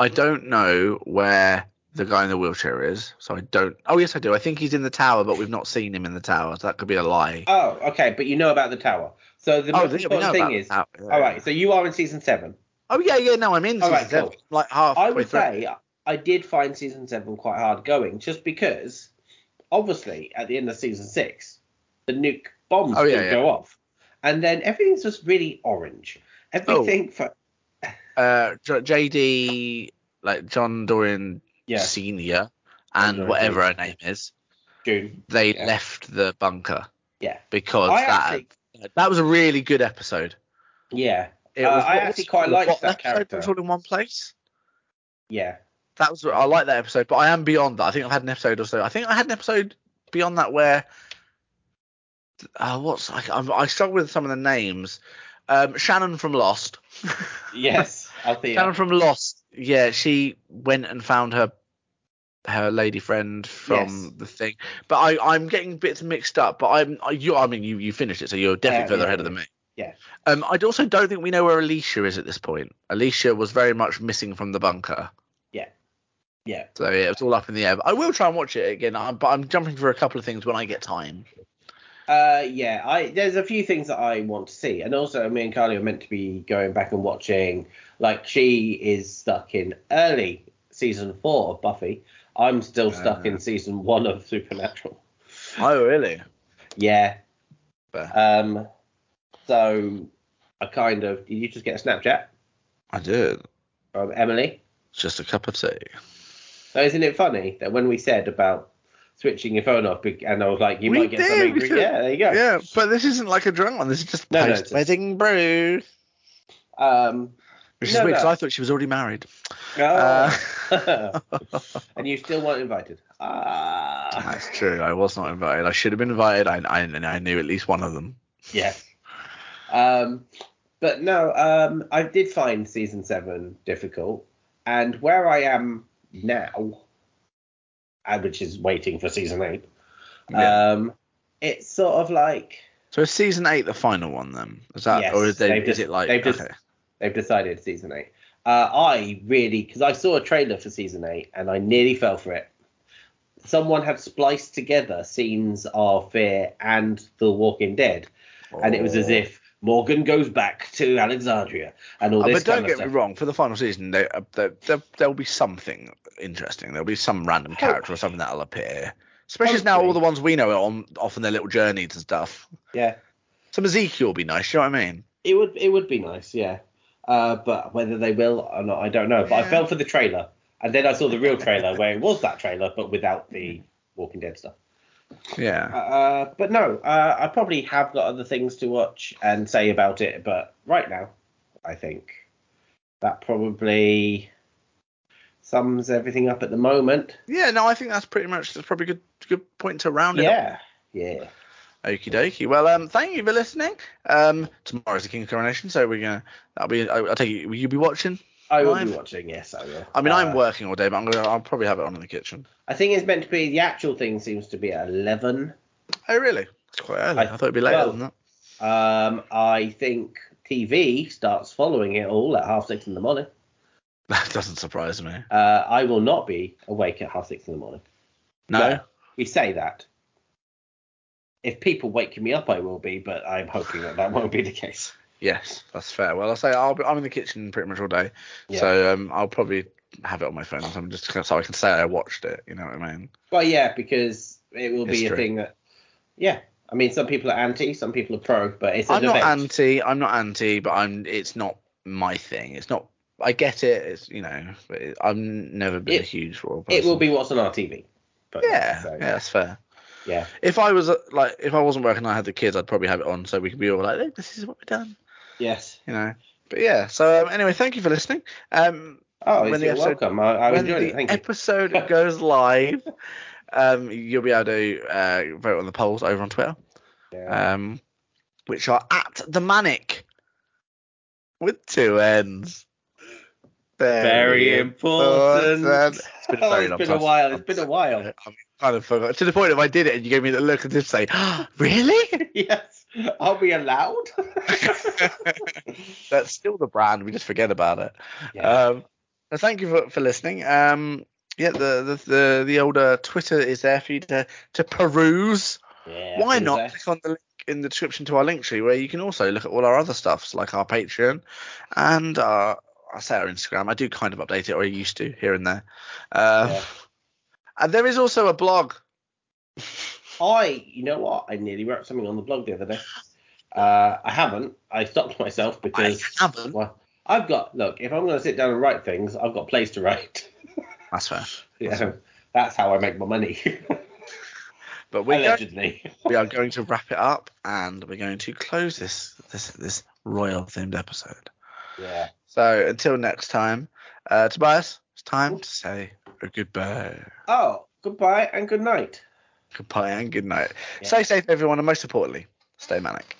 Speaker 1: I don't know where the guy in the wheelchair is, so I don't. Oh yes, I do. I think he's in the tower, but we've not seen him in the tower, so that could be a lie.
Speaker 2: Oh, okay, but you know about the tower. So the
Speaker 1: oh,
Speaker 2: most
Speaker 1: yeah, we know
Speaker 2: important
Speaker 1: about
Speaker 2: thing
Speaker 1: the
Speaker 2: is,
Speaker 1: tower, yeah.
Speaker 2: all right. So you are in season seven.
Speaker 1: Oh yeah, yeah. No, I'm in.
Speaker 2: All
Speaker 1: season
Speaker 2: right,
Speaker 1: seven,
Speaker 2: cool.
Speaker 1: Like halfway
Speaker 2: I would
Speaker 1: through.
Speaker 2: say I did find season seven quite hard going, just because obviously at the end of season six, the nuke bombs
Speaker 1: Oh, yeah,
Speaker 2: did
Speaker 1: yeah.
Speaker 2: go off, and then everything's just really orange.
Speaker 1: Oh.
Speaker 2: Everything for
Speaker 1: uh, J- JD, like John Dorian
Speaker 2: yeah,
Speaker 1: Senior,
Speaker 2: John
Speaker 1: and
Speaker 2: Dorian
Speaker 1: whatever
Speaker 2: Senior.
Speaker 1: her name is,
Speaker 2: June.
Speaker 1: they
Speaker 2: Yeah.
Speaker 1: left the bunker
Speaker 2: Yeah,
Speaker 1: because
Speaker 2: I
Speaker 1: that
Speaker 2: actually,
Speaker 1: that was a really good episode.
Speaker 2: yeah,
Speaker 1: It
Speaker 2: Uh,
Speaker 1: was,
Speaker 2: I
Speaker 1: what
Speaker 2: actually
Speaker 1: was-
Speaker 2: quite liked
Speaker 1: what
Speaker 2: that
Speaker 1: episode was
Speaker 2: character.
Speaker 1: all in one place.
Speaker 2: yeah.
Speaker 1: That was I like that episode, but I am beyond that. I think I've had an episode or so. I think I had an episode beyond that where uh, what's I, I'm, I struggle with some of the names. Um, Shannon from Lost. (laughs)
Speaker 2: Yes, Althea.
Speaker 1: Shannon from Lost. Yeah, she went and found her her lady friend from
Speaker 2: Yes.
Speaker 1: the thing. But I I'm getting bits mixed up. But I'm I, you I mean you you finished it, so you're definitely
Speaker 2: Yeah,
Speaker 1: further
Speaker 2: yeah,
Speaker 1: ahead
Speaker 2: yeah.
Speaker 1: than me.
Speaker 2: Yeah.
Speaker 1: Um, I also don't think we know where Alicia is at this point. Alicia was very much missing from the bunker.
Speaker 2: Yeah.
Speaker 1: So yeah, it's all up in the air. But I will try and watch it again. i but I'm jumping for a couple of things when I get time.
Speaker 2: Uh, yeah, I there's a few things that I want to see, and also me and Carly are meant to be going back and watching. Like she is stuck in early season four of Buffy. I'm still stuck in season one of Supernatural.
Speaker 1: Oh really?
Speaker 2: Yeah.
Speaker 1: Fair.
Speaker 2: Um. So I kind of did you just get a Snapchat
Speaker 1: I did.
Speaker 2: from Emily?
Speaker 1: It's just a cup of tea.
Speaker 2: So isn't it funny that when we said about switching your phone off, be- and I was like, you
Speaker 1: We
Speaker 2: might get something.
Speaker 1: did.
Speaker 2: Yeah, there you go.
Speaker 1: Yeah, but this isn't like a drunk one. This is just
Speaker 2: No, no, it's
Speaker 1: post wedding brew.
Speaker 2: Um.
Speaker 1: Which is
Speaker 2: No,
Speaker 1: weird because
Speaker 2: no.
Speaker 1: I thought she was already married.
Speaker 2: oh. (laughs) and you still weren't invited. Ah.
Speaker 1: That's true. I was not invited. I should have been invited. I, I, I knew at least one of them.
Speaker 2: Yeah. Um, but no, um, I did find season seven difficult, and where I am now, uh, which is waiting for season eight, um, it's sort of like
Speaker 1: So is season eight the final one then? Is that
Speaker 2: Yes,
Speaker 1: or is, they,
Speaker 2: they've
Speaker 1: is
Speaker 2: just-
Speaker 1: it like
Speaker 2: they've just-
Speaker 1: okay.
Speaker 2: they've decided season eight. Uh, I really, because I saw a trailer for season eight, and I nearly fell for it. Someone had spliced together scenes of Fear and The Walking Dead, and it was
Speaker 1: Oh.
Speaker 2: as if Morgan goes back to Alexandria and all
Speaker 1: Oh,
Speaker 2: this
Speaker 1: but don't
Speaker 2: kind of
Speaker 1: get me
Speaker 2: stuff.
Speaker 1: wrong. For the final season, they, uh, they, there there'll be something interesting. There'll be some random character or something that'll appear. Especially as now all
Speaker 2: Hopefully.
Speaker 1: the ones we know are on off on their little journeys and stuff.
Speaker 2: Yeah,
Speaker 1: Some Ezekiel will be nice. You know what I mean?
Speaker 2: it would it would be nice, yeah. Uh, but whether they will or not, I don't know. But I
Speaker 1: Yeah.
Speaker 2: fell for the trailer, and then I saw the real trailer where it was that trailer, but without the Walking Dead stuff.
Speaker 1: Yeah.
Speaker 2: Uh, but no, uh, I probably have got other things to watch and say about it. But right now, I think that probably sums everything up at the moment.
Speaker 1: Yeah. No, I think that's pretty much that's probably a good good point to round it. up.
Speaker 2: Yeah, yeah.
Speaker 1: Okie dokie. Well, um, thank you for listening. Um, tomorrow's the King's coronation, so we're gonna. That'll be. I, I take you. Will you be watching?
Speaker 2: I will be
Speaker 1: Live?
Speaker 2: watching. Yes, I will.
Speaker 1: I mean,
Speaker 2: Uh,
Speaker 1: I'm working all day, but I'm gonna. I'll probably have it on in the kitchen.
Speaker 2: I think it's meant to be the actual thing seems to be at eleven.
Speaker 1: Oh, really? It's quite early. I,
Speaker 2: I-
Speaker 1: thought it'd be later
Speaker 2: well-
Speaker 1: than
Speaker 2: (laughs)
Speaker 1: that.
Speaker 2: Um, I think TV starts following it all at half six in the morning.
Speaker 1: That doesn't surprise me.
Speaker 2: Uh, I will not be awake at half six in the morning.
Speaker 1: No.
Speaker 2: Well, we say that. If people wake me up, I will be, but I'm hoping that that won't be the case.
Speaker 1: Yes, that's fair. Well, I say I'll be, I'm in the kitchen pretty much all day,
Speaker 2: Yeah.
Speaker 1: so um, I'll probably have it on my phone. So I'm just gonna- so I can say I watched it. You know what I mean?
Speaker 2: Well, yeah, because it will be a
Speaker 1: History.
Speaker 2: thing that, yeah. I mean, some people are anti, some people are pro, but it's an
Speaker 1: I'm not
Speaker 2: event.
Speaker 1: anti. I'm not anti, but I'm. It's not my thing. It's not. I get it. It's you know. But it, I've never been a
Speaker 2: It-
Speaker 1: huge royal person.
Speaker 2: it will be what's on our TV. But,
Speaker 1: Yeah,
Speaker 2: so,
Speaker 1: yeah, that's fair.
Speaker 2: yeah.
Speaker 1: If I was uh, like, if I wasn't working, and I had the kids, I'd probably have it on so we could be all like, "Look, this is what we've done,
Speaker 2: Yes.
Speaker 1: you know. But yeah, so um, anyway, thank you for listening. Um,
Speaker 2: Oh,
Speaker 1: When
Speaker 2: it's
Speaker 1: the
Speaker 2: you're
Speaker 1: episode-
Speaker 2: welcome. I, I
Speaker 1: when
Speaker 2: enjoyed
Speaker 1: the
Speaker 2: it. Thank you.
Speaker 1: episode
Speaker 2: (laughs)
Speaker 1: goes live, um, you'll be able to uh, vote on the polls over on Twitter,
Speaker 2: Yeah.
Speaker 1: um, which are at the manic with two ends.
Speaker 2: very important. (laughs)
Speaker 1: It's been a very long
Speaker 2: Oh, it's been
Speaker 1: time
Speaker 2: a while.
Speaker 1: since
Speaker 2: It's been a
Speaker 1: I've-
Speaker 2: while.
Speaker 1: I kind of forgot to the point if I did it and you gave me the look and just say, (gasps) "Ah,
Speaker 2: (laughs)
Speaker 1: really?
Speaker 2: (laughs) yes. Are
Speaker 1: (laughs)
Speaker 2: we allowed? (laughs)
Speaker 1: That's still the brand. We just forget about it.
Speaker 2: Yeah.
Speaker 1: Um, so thank you for, for listening. Um, yeah, the the the, the older Twitter is there for you to to peruse.
Speaker 2: Yeah,
Speaker 1: Why
Speaker 2: who's
Speaker 1: not
Speaker 2: there?
Speaker 1: click on the link in the description to our link tree where you can also look at all our other stuffs like our Patreon and our I say our Instagram. I do kind of update it, or I used to here and there. Um,
Speaker 2: Yeah.
Speaker 1: And there is also a blog.
Speaker 2: I, you know what? I nearly wrote something on the blog the other day. Uh, I haven't. I stopped myself because
Speaker 1: I haven't.
Speaker 2: well, I've got look. If I'm going to sit down and write things, I've got a place to write. (laughs)
Speaker 1: That's fair.
Speaker 2: yeah, that's how I make my money. (laughs)
Speaker 1: But we're going,
Speaker 2: Allegedly.
Speaker 1: we are going to wrap it up, and we're going to close this this this royal themed episode.
Speaker 2: Yeah.
Speaker 1: So until next time, uh, Tobias, it's time to say a goodbye.
Speaker 2: Oh, goodbye and good night.
Speaker 1: Goodbye and good night.
Speaker 2: Yeah.
Speaker 1: Stay safe, everyone, and most importantly, stay manic.